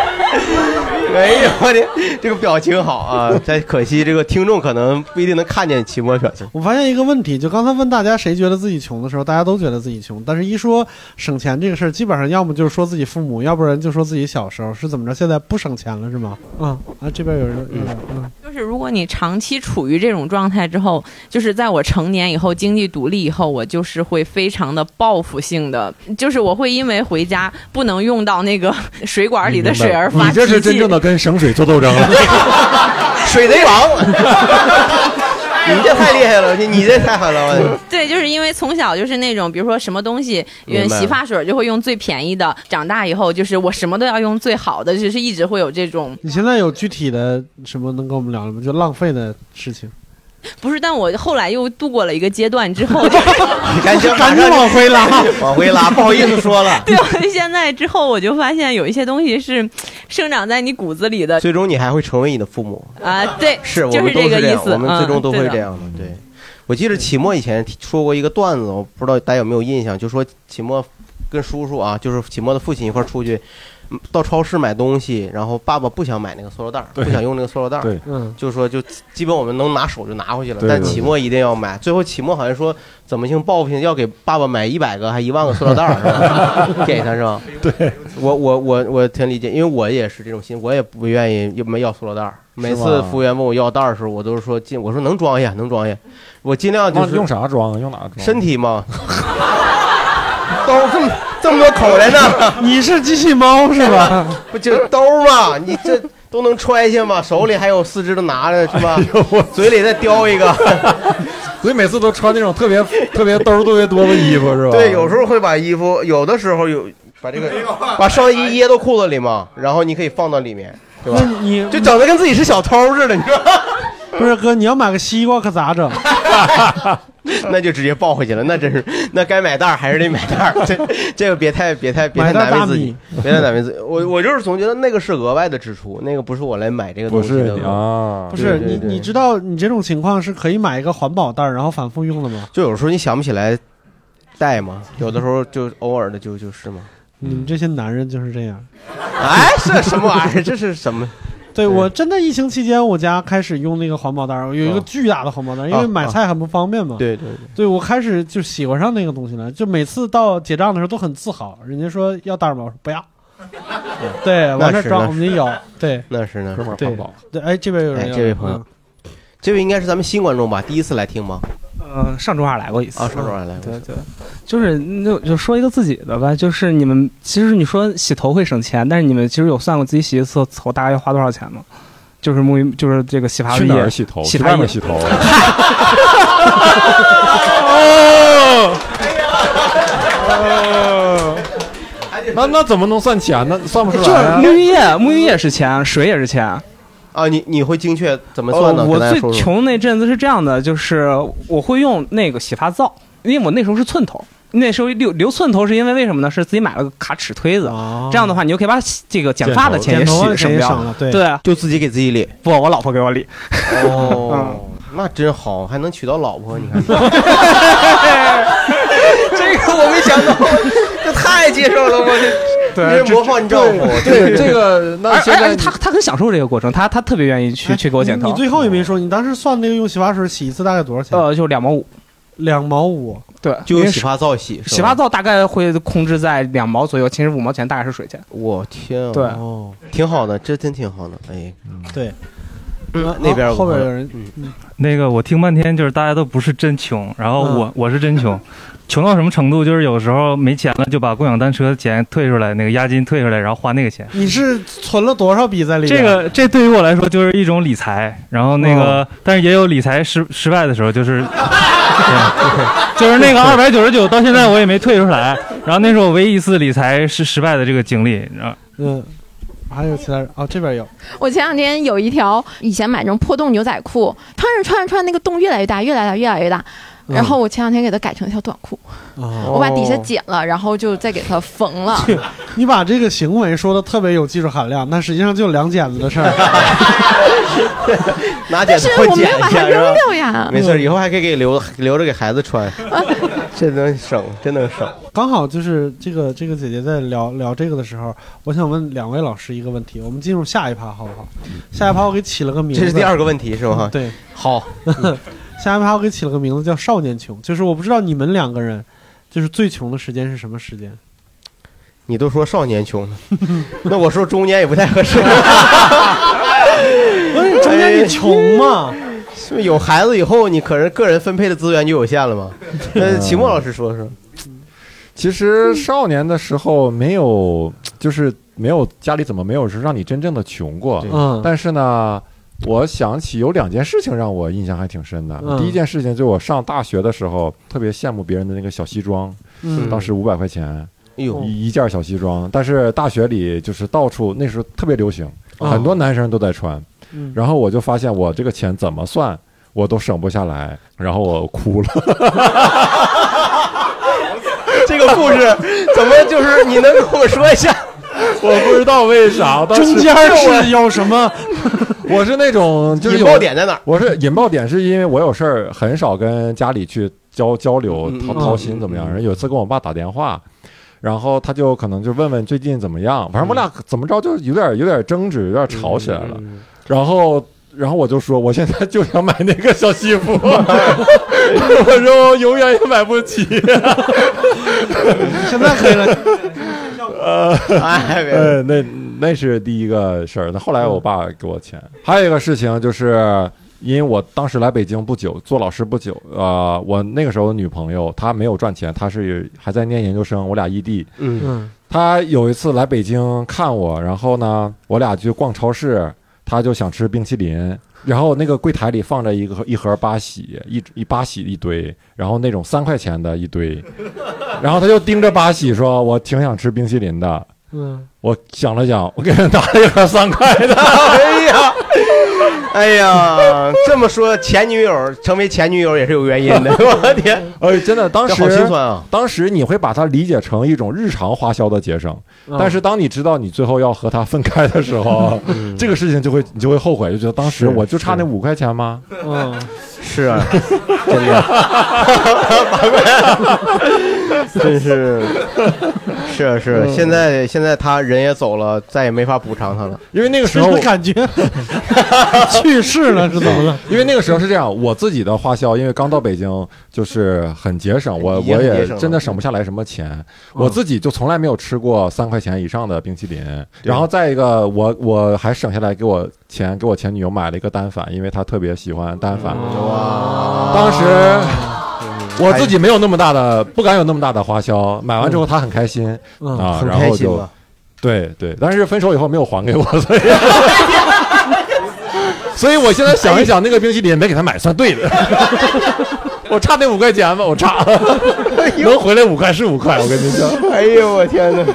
Speaker 3: 哎呀，我天！这个表情好啊，但可惜这个听众可能不一定能看见齐墨表情。
Speaker 2: 我发现一个问题，就刚才问大家谁觉得自己穷的时候，大家都觉得自己穷，但是一说省钱这个事儿，基本上要么就是说自己父母，要不然就说自己小时候是怎么着，现在不省钱了是吗？嗯啊，这边有人，有人嗯，
Speaker 9: 就是如果你长期处于这种状态之后，就是在我成年以后、经济独立以后，我就是会非常的报复性的，就是我会因为回家不能用到那个水管里的水而发
Speaker 4: 你
Speaker 9: 脾气。
Speaker 4: 这是真正的跟省水做斗争 了。
Speaker 3: 水 贼王，你这太厉害了，你你这太狠了， 我
Speaker 9: 对，就是因为从小就是那种，比如说什么东西，
Speaker 3: 明
Speaker 9: 用
Speaker 3: 白
Speaker 9: 洗发水就会用最便宜的，长大以后就是我什么都要用最好的，就是一直会有这种
Speaker 2: 你现在有具体的什么能跟我们聊聊吗？就浪费的事情，
Speaker 9: 不是。但我后来又度过了一个阶段之 后，
Speaker 3: 你赶紧
Speaker 2: 赶紧往回拉，
Speaker 3: 往回拉，不好意思说 了。
Speaker 9: 对，我现在之后我就发现有一些东西是生长在你骨子里的
Speaker 3: 最终你还会成为你的父母，
Speaker 9: 啊，对，
Speaker 3: 是我
Speaker 9: 就
Speaker 3: 们
Speaker 9: 是
Speaker 3: 都
Speaker 9: 这
Speaker 3: 是
Speaker 9: 个
Speaker 3: 这
Speaker 9: 意
Speaker 3: 样，
Speaker 9: 思，
Speaker 3: 我们最终
Speaker 9: 嗯
Speaker 3: 都会
Speaker 9: 对的
Speaker 3: 这样的。对，我记得启墨以前说过一个段子，我不知道大家有没有印象，就说启墨跟叔叔啊，就是启墨的父亲一块儿出去。嗯到超市买东西，然后爸爸不想买那个塑料袋儿，
Speaker 4: 对
Speaker 3: 不想用那个塑料袋儿，
Speaker 4: 对
Speaker 2: 嗯，
Speaker 3: 就说就基本我们能拿手就拿回去了，
Speaker 4: 对
Speaker 3: 但
Speaker 4: 对
Speaker 3: 期
Speaker 4: 对
Speaker 3: 末一定要买。最后期末好像说怎么性报复性要给爸爸买一百个还一万个塑料袋儿是吧？ 给他是吧？对，我我我我挺理解，因为我也是这种心，我也不愿意要要塑料袋儿。每次服务员问我要袋儿的时候，我都是说尽，我说能装下能装下，我尽量就
Speaker 4: 那
Speaker 3: 是
Speaker 4: 用啥装？用哪装？
Speaker 3: 哦身体 嘛。兜这么这么多口袋 呢，
Speaker 2: 你是机器猫是吧？
Speaker 3: 不就兜嘛？你这都能揣下吗？手里还有四肢都拿着 是吧？嘴里再叼一 个。
Speaker 4: 所以每次都穿那种特别特别兜儿特别多的衣服，是吧？
Speaker 3: 对，有时候会把衣服，有的时候有把这个把上衣掖到裤子里嘛，然后你可以放到里面，对吧？
Speaker 2: 那你
Speaker 3: 就整的跟自己是小偷似的，你说？
Speaker 2: 不是哥，你要买个西瓜可咋 整？
Speaker 3: 那就直接抱回去了，那真是，那该买袋儿还是得买袋儿，这这个别太别太别太
Speaker 2: 买袋
Speaker 3: 难
Speaker 2: 大
Speaker 3: 为自己
Speaker 2: 米，
Speaker 3: 别太难为自己。我我就是总觉得那个是额外的支出，那个不是我来买这个
Speaker 4: 不
Speaker 3: 东西
Speaker 4: 是
Speaker 3: 的
Speaker 4: 你，啊
Speaker 2: 不，是
Speaker 3: 对对
Speaker 2: 你，
Speaker 3: 对
Speaker 2: 你知道你这种情况是可以买一个环保袋儿，然后反复用的吗？
Speaker 3: 就有时候你想不起来带嘛，有的时候就偶尔的就就是嘛。
Speaker 2: 你们这些男人就是这样。
Speaker 3: 哎，这什么玩意儿？这是什么？
Speaker 2: 对
Speaker 3: 对
Speaker 2: 我真的疫情期间，我家开始用那个环保袋儿，有一个
Speaker 3: 啊
Speaker 2: 巨大的环保袋儿，因为
Speaker 3: 啊
Speaker 2: 买菜很不方便嘛。
Speaker 3: 对对
Speaker 2: 对，我开始就喜欢上那个东西了，就每次到结账的时候都很自豪，人家说要袋儿吗？我说不要。对，往
Speaker 3: 嗯那
Speaker 2: 那
Speaker 3: 是
Speaker 2: 装
Speaker 3: 那
Speaker 2: 我们就 有。对
Speaker 3: 那是那是
Speaker 4: 哥。们儿
Speaker 2: 对
Speaker 4: 环保，
Speaker 2: 对，哎，这边有人
Speaker 3: 哎
Speaker 2: 要，
Speaker 3: 这位朋友这位应该是咱们新观众吧？第一次来听吗？
Speaker 10: 呃，上周二来过一次
Speaker 3: 啊，说说来来，
Speaker 10: 对对，就是那就说一个自己的吧，就是你们其实你说洗头会省钱，但是你们其实有算过自己洗一次头大概要花多少钱吗？就是沐浴，就是这个洗发
Speaker 4: 去哪
Speaker 10: 水
Speaker 4: 儿洗头？
Speaker 10: 洗
Speaker 4: 去
Speaker 10: 发
Speaker 4: 外
Speaker 10: 液
Speaker 4: 面洗头。哦那那怎么能算钱呢？算不出
Speaker 10: 就是
Speaker 4: 来啊。
Speaker 10: 沐浴液，沐浴液是钱，水也是钱。
Speaker 3: 啊，你你会精确
Speaker 8: 哦
Speaker 3: 怎么算呢？
Speaker 10: 呃我
Speaker 3: 跟大家
Speaker 10: 最
Speaker 3: 说说
Speaker 10: 穷那阵子是这样的，就是我会用那个洗发皂，因为我那时候是寸头。那时候留留寸头是因为为什么呢？是自己买了个卡尺推子，这样的话你就可以把洗这个剪发的钱
Speaker 2: 哦剪头发
Speaker 10: 也
Speaker 2: 的钱
Speaker 10: 省
Speaker 2: 也
Speaker 10: 掉
Speaker 2: 省了对
Speaker 10: 对，
Speaker 3: 就自己给自己理。
Speaker 10: 不，我老婆给我理。
Speaker 3: 哦，那真好，还能娶到老婆，你 看，这个我没想到，这太接受了，我这哎
Speaker 10: 对
Speaker 3: 这是模仿你丈夫，
Speaker 4: 对这个，那
Speaker 10: 而
Speaker 4: 现
Speaker 10: 而
Speaker 4: 在
Speaker 10: 而且他他很享受这个过程，他他特别愿意去去给我剪
Speaker 2: 哎你
Speaker 10: 头，
Speaker 2: 最后也没说，你当时算那个用洗发水洗一次大概多少
Speaker 3: 嗯
Speaker 2: 钱？
Speaker 10: 呃，就两毛五。
Speaker 2: 两毛五。
Speaker 10: 对，
Speaker 3: 就
Speaker 10: 因
Speaker 3: 用
Speaker 10: 为
Speaker 3: 洗发皂洗，
Speaker 10: 洗发，皂大概会控制在两毛左右，其实五毛钱大概是水钱。
Speaker 3: 我天啊，
Speaker 10: 对
Speaker 2: 哦，
Speaker 3: 挺好的，这真挺好的，哎，
Speaker 2: 对，
Speaker 3: 嗯
Speaker 2: 啊
Speaker 3: 那边有个
Speaker 2: 后边
Speaker 3: 朋友
Speaker 2: 有人
Speaker 11: 那个我听半天，就是大家都不是真穷，然后
Speaker 10: 嗯
Speaker 11: 我、我是真穷，穷到什么程度？就是有时候没钱了，就把共享单车钱退出来，那个押金退出来，然后花那个钱。
Speaker 2: 你是存了多少笔在里边？
Speaker 11: 这个这对于我来说就是一种理财，然后那
Speaker 10: 哦
Speaker 11: 个，但是也有理财失失败的时候， 就是，对就是那个二百九十九到现在我也没退出来，然后那是我唯一一次理财失失败的这个经历，然后
Speaker 2: 嗯，还有其他人哦，这边有
Speaker 12: 我前两天有一条以前买那种破洞牛仔裤，穿着穿着穿着那个洞越来越大，越来越大，越来越大。
Speaker 2: 嗯
Speaker 12: 然后我前两天给它改成一条短裤，
Speaker 2: 哦，
Speaker 12: 我把底下剪了，然后就再给它缝了。
Speaker 2: 你把这个行为说的特别有技术含量，那实际上就两剪子的事 儿。
Speaker 3: 拿剪
Speaker 12: 但
Speaker 3: 子
Speaker 12: 是
Speaker 3: 会
Speaker 12: 我没
Speaker 3: 剪
Speaker 12: 有把它
Speaker 3: 一下，
Speaker 12: 扔
Speaker 3: 是吧？
Speaker 12: 掉呀。
Speaker 3: 没事儿，以后还可以给留留着给孩子 穿，这能省，真能省。
Speaker 2: 刚好就是这个这个姐姐在聊聊这个的时候，我想问两位老师一个问题，我们进入下一趴好不好？下一趴我给起了个名字，
Speaker 3: 这是第二个问题是吗？
Speaker 2: 对，
Speaker 3: 好，
Speaker 2: 下一趴我给起了个名字叫“少年穷”，就是我不知道你们两个人，就是最穷的时间是什么时间？
Speaker 3: 你都说少年穷了，那我说中年也不太合适。
Speaker 2: 不是中间你穷吗？
Speaker 3: 是不是有孩子以后，你可能个人分配的资源就有限了 嘛？那齐墨老师说说，
Speaker 4: 其实少年的时候没有，就是没有家里怎么没有是让你真正的穷过
Speaker 3: 对。
Speaker 2: 嗯
Speaker 4: 但是呢，我想起有两件事情让我印象还挺深的。
Speaker 2: 嗯
Speaker 4: 第一件事情就是我上大学的时候，特别羡慕别人的那个小西装，
Speaker 2: 嗯
Speaker 4: 当时五百块钱
Speaker 3: 哎呦，
Speaker 4: 一一件小西装，但是大学里就是到处那时候特别流行，
Speaker 2: 哦
Speaker 4: 很多男生都在穿。
Speaker 2: 嗯，
Speaker 4: 然后我就发现我这个钱怎么算我都省不下来，然后我哭了。
Speaker 3: 这个故事怎么就是你能跟我说一 下？
Speaker 4: 我不知道为啥，当
Speaker 2: 中
Speaker 4: 时
Speaker 2: 间是有什么？
Speaker 4: 我是那种就是
Speaker 3: 引
Speaker 4: 有
Speaker 3: 爆，点在哪儿？
Speaker 4: 我是引爆点是因为我有事儿很少跟家里去交交流
Speaker 3: 嗯嗯
Speaker 4: 掏
Speaker 3: 嗯
Speaker 4: 掏心怎么样。然后有一次跟我爸打电话，然后他就可能就问问最近怎么样，
Speaker 3: 嗯
Speaker 4: 反正我俩怎么着就有点有点争执，有点吵起来了。
Speaker 3: 嗯
Speaker 4: 然后然后我就说我现在就想买那个小西 服， 我说我永远也买不起。
Speaker 2: 现在可以了。
Speaker 3: 哎，别嗯
Speaker 4: 呃，那那是第一个事儿。那后来我爸给我钱，还有一个事情就是。因为我当时来北京不久，做老师不久，呃，我那个时候的女朋友她没有赚钱，她是还在念研究生，我俩异地。
Speaker 3: 嗯，
Speaker 2: 嗯
Speaker 4: 她有一次来北京看我，然后呢，我俩去逛超市，她就想吃冰淇淋，然后那个柜台里放着一个一盒八喜，一一八喜一堆，然后那种三块钱的一堆，然后她就盯着八喜说：“我挺想吃冰淇淋的。”
Speaker 2: 嗯，
Speaker 4: 我想了想，我给他拿了一盒三块的。
Speaker 3: 哎呀， 哎呀，这么说前女友成为前女友也是有原因的， 我天，
Speaker 4: 哎，真的，当
Speaker 3: 这好心
Speaker 4: 时
Speaker 3: 酸啊！
Speaker 4: 当时你会把它理解成一种日常花销的节省，但是当你知道你最后要和他分开的时候，这个事情就会你就会后悔，就觉得当时我就差那五块钱吗？
Speaker 2: 嗯，
Speaker 3: 是啊，真 的， 真是，是啊是啊，现在现在他人也走了，再也没法补偿他了。
Speaker 4: 因为那个时
Speaker 2: 真
Speaker 4: 候
Speaker 2: 的，感觉 去世了是怎么了？
Speaker 4: 因为那个时候是这样，我自己的花销，因为刚到北京就是很节省，我
Speaker 3: 已经
Speaker 4: 我
Speaker 3: 哎很节
Speaker 4: 也
Speaker 3: 省了嗯
Speaker 4: 真的省不下来什么钱，我自己就从来没有吃过三块钱以上的冰淇淋。
Speaker 3: 对
Speaker 4: 然后再一个，我我还省下来给我钱给我前女友买了一个单反，因为她特别喜欢单反。
Speaker 3: 嗯哇
Speaker 4: 当时啊我自己没有那么大的，不敢有那么大的花销，买完之后她很开心
Speaker 2: 嗯
Speaker 4: 啊，
Speaker 3: 很
Speaker 4: 然
Speaker 3: 开
Speaker 4: 后
Speaker 3: 心
Speaker 4: 就
Speaker 3: 吧？
Speaker 4: 对对，但是分手以后没有还给我，所 以。所以我现在想一想，那个冰淇淋没给他买算对 的。我差那五块哎钱吧，我差了，能回来五块是五块。我跟你讲，
Speaker 3: 哎呦我天哪！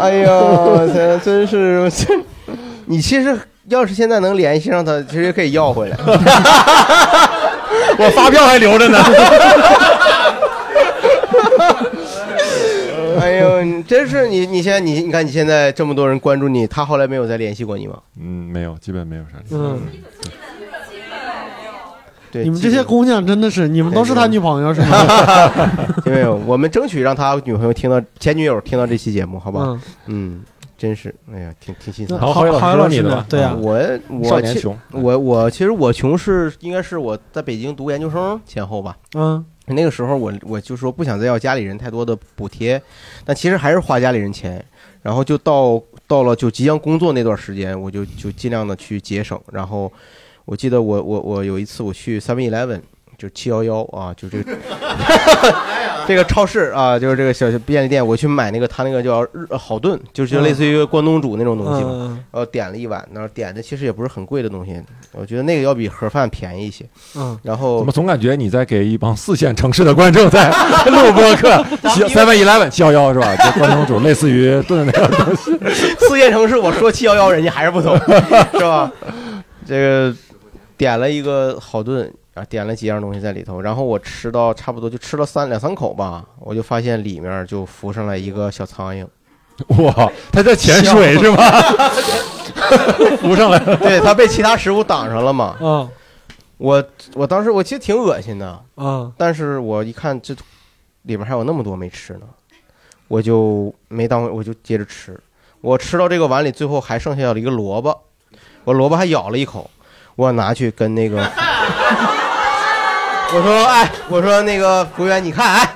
Speaker 3: 哎呦，我操真是，这你其实要是现在能联系上他，其实可以要回来。
Speaker 4: 我发票还留着呢。
Speaker 3: 哎呦，你真是你，你现在你你看你现在这么多人关注你，他后来没有再联系过你吗？
Speaker 4: 嗯，没有，基本没有啥。
Speaker 2: 嗯，
Speaker 3: 对，
Speaker 2: 你们这些姑娘真的是，你们都是他女朋友是吗？
Speaker 3: 因为我们争取让他女朋友听到前女友听到这期节 目，好吧？嗯，真是，哎呀，挺挺心酸。
Speaker 4: 好好郝郝宇老师呢对
Speaker 2: 啊嗯
Speaker 4: 呀
Speaker 3: 我
Speaker 4: 少
Speaker 3: 我
Speaker 4: 年
Speaker 3: 其
Speaker 4: 穷
Speaker 3: 我我其实我穷是应该是我在北京读研究生前后吧。
Speaker 2: 嗯，
Speaker 3: 那个时候我我就说不想再要家里人太多的补贴，但其实还是花家里人钱。然后就到到了就即将工作那段时间，我就就尽量的去节省。然后我记得我我我有一次我去 Seven Eleven，就七幺幺啊，就这个 这个超市啊，就是这个小便利店，我去买那个他那个叫日呃好炖，就是就类似于关东煮那种东西
Speaker 2: 嗯嗯
Speaker 3: 嘛。然后呃点了一碗，那点的其实也不是很贵的东西，我觉得那个要比盒饭便宜一些。
Speaker 2: 嗯，
Speaker 3: 然后
Speaker 4: 怎么总 感觉你在给一帮四线城市的观众在录播 客？Seven Eleven 七幺幺是吧？这关东煮类似于炖的那样东西。
Speaker 3: 四线城市，我说七幺幺，人家还是不懂， 是吧？这个点了一个好炖啊，点了几样东西在里头，然后我吃到差不多就吃了三两三口吧，我就发现里面就浮上来一个小苍蝇。
Speaker 4: 哇，他在潜水是吧？浮上来了，
Speaker 3: 对他被其他食物挡上了嘛。
Speaker 11: 哦
Speaker 2: 嗯，
Speaker 3: 我我当时我其实挺恶心的，
Speaker 11: 哦
Speaker 2: 嗯，
Speaker 3: 但是我一看这里面还有那么多没吃呢，我就没当回，我就接着吃。我吃到这个碗里最后还剩下了一个萝卜，我萝卜还咬了一口，我拿去跟那个 我说哎，我说那个服务员，你看哎，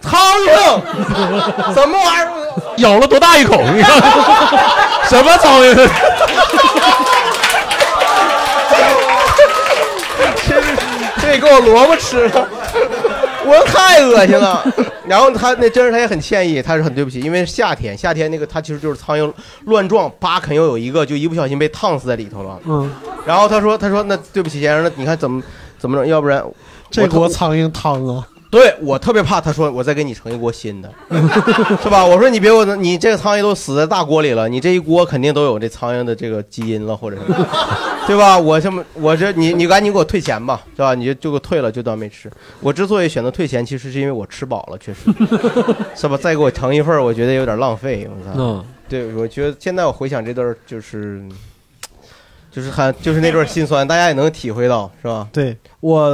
Speaker 3: 苍蝇什么玩意儿？
Speaker 4: 咬了多大一口？你看 什么苍蝇？
Speaker 3: 这这给我萝卜吃了，我太恶心了。然后他那真是他也很歉意，他是很对不起，因为夏天夏天那个他其实就是苍蝇乱撞，叭肯定有一个就一不小心被烫死在里头了。
Speaker 2: 嗯，
Speaker 3: 然后他说他说那对不起先生，那你看怎么怎么整？要不然
Speaker 2: 这
Speaker 3: 特
Speaker 2: 锅苍蝇汤啊，
Speaker 3: 对我特别怕他说我再给你盛一锅新的， 是吧？我说你别给我，你这个苍蝇都死在大锅里了，你这一锅肯定都有这苍蝇的这个基因了或者什 么，对吧？我这么我这你你赶紧给我退钱吧，是吧？你就就给我退了，就当没吃。我之所以选择退钱，其实是因为我吃饱了，确 实，是吧？再给我盛一份儿，我觉得有点浪费，我 操。
Speaker 2: 嗯，
Speaker 3: 对，我觉得现在我回想这段儿就是。就是很就是那段儿心酸，大家也能体会到，是吧？
Speaker 2: 对我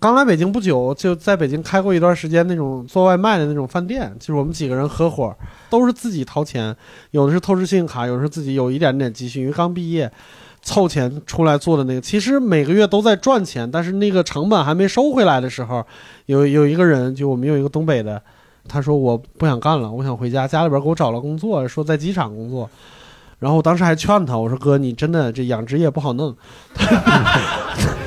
Speaker 2: 刚来北京不久，就在北京开过一段时间那种做外卖的那种饭店，就是我们几个人合伙，都是自己掏钱，有的是透支信用卡，有的是自己有一点点积蓄，因为刚毕业。凑钱出来做的那个，其实每个月都在赚钱，但是那个成本还没收回来的时候，有有一个人，就我们有一个东北的，他说我不想干了，我想回家，家里边给我找了工作，说在机场工作，然后我当时还劝他，我说哥，你真的这养殖业不好弄，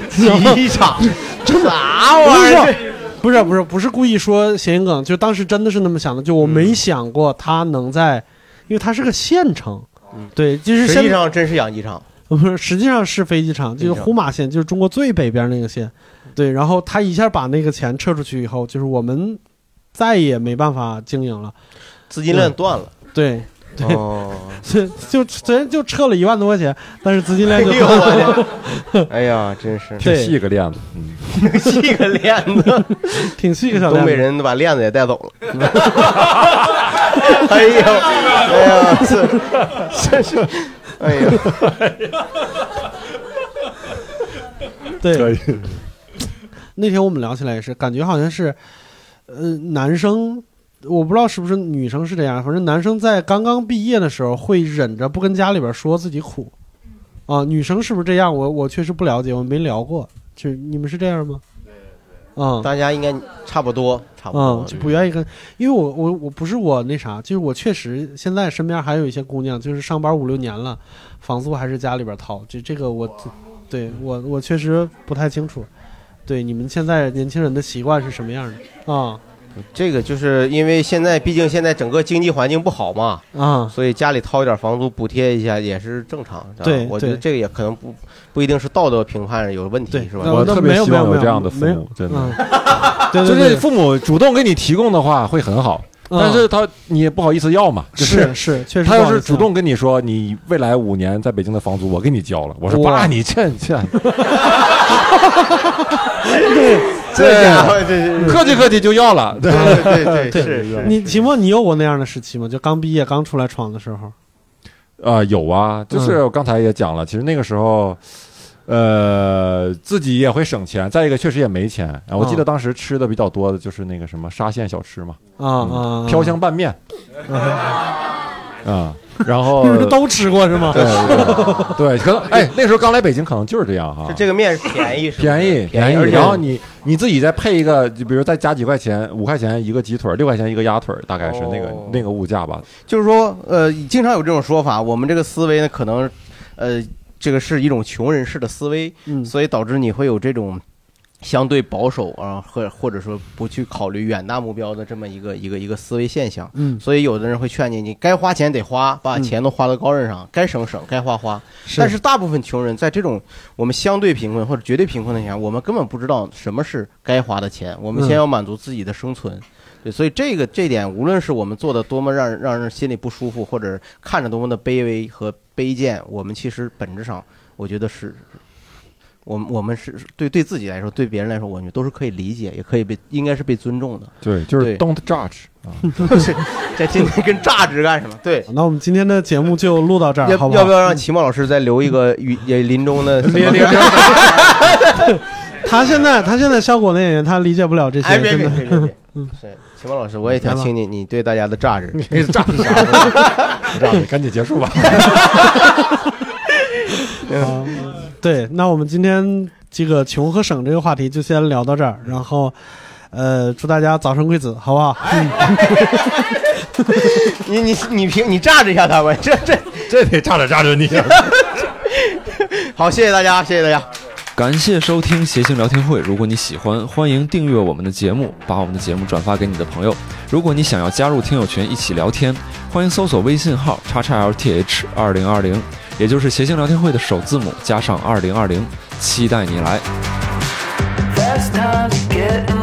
Speaker 3: 机场
Speaker 2: 真的啊
Speaker 3: 啥玩意儿？
Speaker 2: 不是不是不是故意说谐音梗，就当时真的是那么想的，就我
Speaker 3: 嗯
Speaker 2: 没想过他能在，因为它是个县城，
Speaker 3: 嗯
Speaker 2: 对，就是
Speaker 3: 实
Speaker 2: 现
Speaker 3: 际上真是养鸡场。
Speaker 2: 不是，实际上是飞机场，就是呼马县，就是中国最北边那个县。对，然后他一下把那个钱撤出去以后，就是我们再也没办法经营了，
Speaker 3: 资金链断了。
Speaker 2: 对 对，
Speaker 3: 哦，
Speaker 2: 所以就虽然就撤了一万多块钱，但是资金链就
Speaker 3: 哎呦我的，哎呀，真是
Speaker 2: 挺细
Speaker 4: 个链子，
Speaker 3: 挺细个链子，
Speaker 2: 挺细个小链子
Speaker 3: 东北人把链子也带走 了。哎呦，哎呀， 这这是，哎呀，
Speaker 2: 对，那天我们聊起来也是，感觉好像是，呃，男生我不知道是不是女生是这样，反正男生在刚刚毕业的时候会忍着不跟家里边说自己苦，啊，女生是不是这样？我我确实不了解，我没聊过，就是你们是这样吗？嗯，
Speaker 3: 大家应该差不多，差不
Speaker 2: 嗯
Speaker 3: 多，，
Speaker 2: 就不愿意跟，因为我我我不是我那啥，就是我确实现在身边还有一些姑娘，就是上班五六年了，房租还是家里边掏，这这个我，对我我确实不太清楚，对你们现在年轻人的习惯是什么样的啊？
Speaker 3: 这个就是因为现在，毕竟现在整个经济环境不好嘛，
Speaker 2: 啊
Speaker 3: 所以家里掏一点房租补贴一下也是正常。是吧
Speaker 2: 对
Speaker 3: 我觉得
Speaker 2: 对
Speaker 3: 这个也可能不不一定是道德评判有问题，是吧？
Speaker 4: 我特别希
Speaker 2: 嗯
Speaker 4: 望有这样的父母，真的。
Speaker 2: 对对
Speaker 4: 就是
Speaker 2: 对嗯
Speaker 4: 父母主动给你提供的话会很好。但是他你也不好意思要嘛，就是
Speaker 2: 是是确实
Speaker 4: 他
Speaker 2: 不
Speaker 4: 要
Speaker 2: 好意
Speaker 4: 是
Speaker 2: 思
Speaker 4: 主动跟你说你未来五年在北京的房租我给你交了，我说
Speaker 2: 哇
Speaker 4: 爸你欠欠，
Speaker 2: 对，
Speaker 4: 对客气客气就要了，对
Speaker 2: 对啊你秦墨，你有过那样的时期吗？就刚毕业、刚出来闯的时候，
Speaker 4: 啊，有啊，就是
Speaker 2: 嗯
Speaker 4: 我刚才也讲了，其实那个时候，呃，自己也会省钱，再一个确实也没钱。啊、我记
Speaker 2: 嗯
Speaker 4: 得当时吃的比较多的就是那个什么沙县小吃嘛，
Speaker 2: 啊
Speaker 4: 嗯
Speaker 2: 啊
Speaker 4: 飘香拌面，
Speaker 3: 嗯
Speaker 4: 啊，然 后
Speaker 2: 你们都吃过是吗
Speaker 4: 对对对，可能哎，那时候刚来北京，可能就是这样哈。
Speaker 3: 这个面是便宜是吧？
Speaker 4: 便宜
Speaker 3: 便宜而且
Speaker 4: 然后你你自己再配一个，就比如再加几块钱，五块钱一个鸡腿儿，六块钱一个鸭腿儿，大概是那个、
Speaker 3: 哦
Speaker 4: 那个物价吧。
Speaker 3: 就是说，呃，经常有这种说法，我们这个思维呢，可能，呃，这个是一种穷人式的思维，
Speaker 2: 嗯
Speaker 3: 所以导致你会有这种相对保守啊，或或者说不去考虑远大目标的这么一个一个一个思维现象。
Speaker 2: 嗯
Speaker 3: 所以有的人会劝你，你该花钱得花，把钱都花到高刃上，该省省，该花花。
Speaker 2: 是
Speaker 3: 但是大部分穷人在这种我们相对贫困或者绝对贫困的情况下，我们根本不知道什么是该花的钱，我们
Speaker 2: 嗯
Speaker 3: 先要满足自己的生存。对，所以这个这点，无论是我们做的多么让人让人心里不舒服，或者看着多么的卑微和卑贱，我们其实本质上，我觉得是，我们我们是对对自己来说，对别人来说，我们都是可以理解，也可以被应该是被尊重的。
Speaker 4: 对，就是 don't judge 啊，
Speaker 3: 是这今天跟榨汁干什么？ 对，
Speaker 2: 那我们今天的节目就录到这
Speaker 3: 要
Speaker 2: 儿，好不好？
Speaker 3: 要不要让齐墨老师再留一个语也临终的 临
Speaker 2: 临终他现在他现在效果的演员，他理解不了这
Speaker 3: 哎
Speaker 2: 些，
Speaker 3: 别
Speaker 2: 真
Speaker 3: 别别别
Speaker 2: 的
Speaker 3: 别。是齐墨老师，我也想
Speaker 2: 来吧
Speaker 3: 听你你对大家的 榨汁，
Speaker 4: 你榨汁啥榨汁赶紧结束吧。
Speaker 2: 啊对，那我们今天这个穷和省这个话题就先聊到这儿，然后，呃，祝大家早生贵子，好不好？
Speaker 3: 你你你评你榨着一下他们，这这
Speaker 4: 这得榨着榨着你。
Speaker 3: 好，谢谢大家，谢谢大家。
Speaker 5: 感谢收听谐星聊天会。如果你喜欢，欢迎订阅我们的节目，把我们的节目转发给你的朋友。如果你想要加入听友群一起聊天，欢迎搜索微信号叉叉 LTH 二零二零，也就是谐星聊天会的首字母加上二零二零，期待你来。
Speaker 13: That's times getting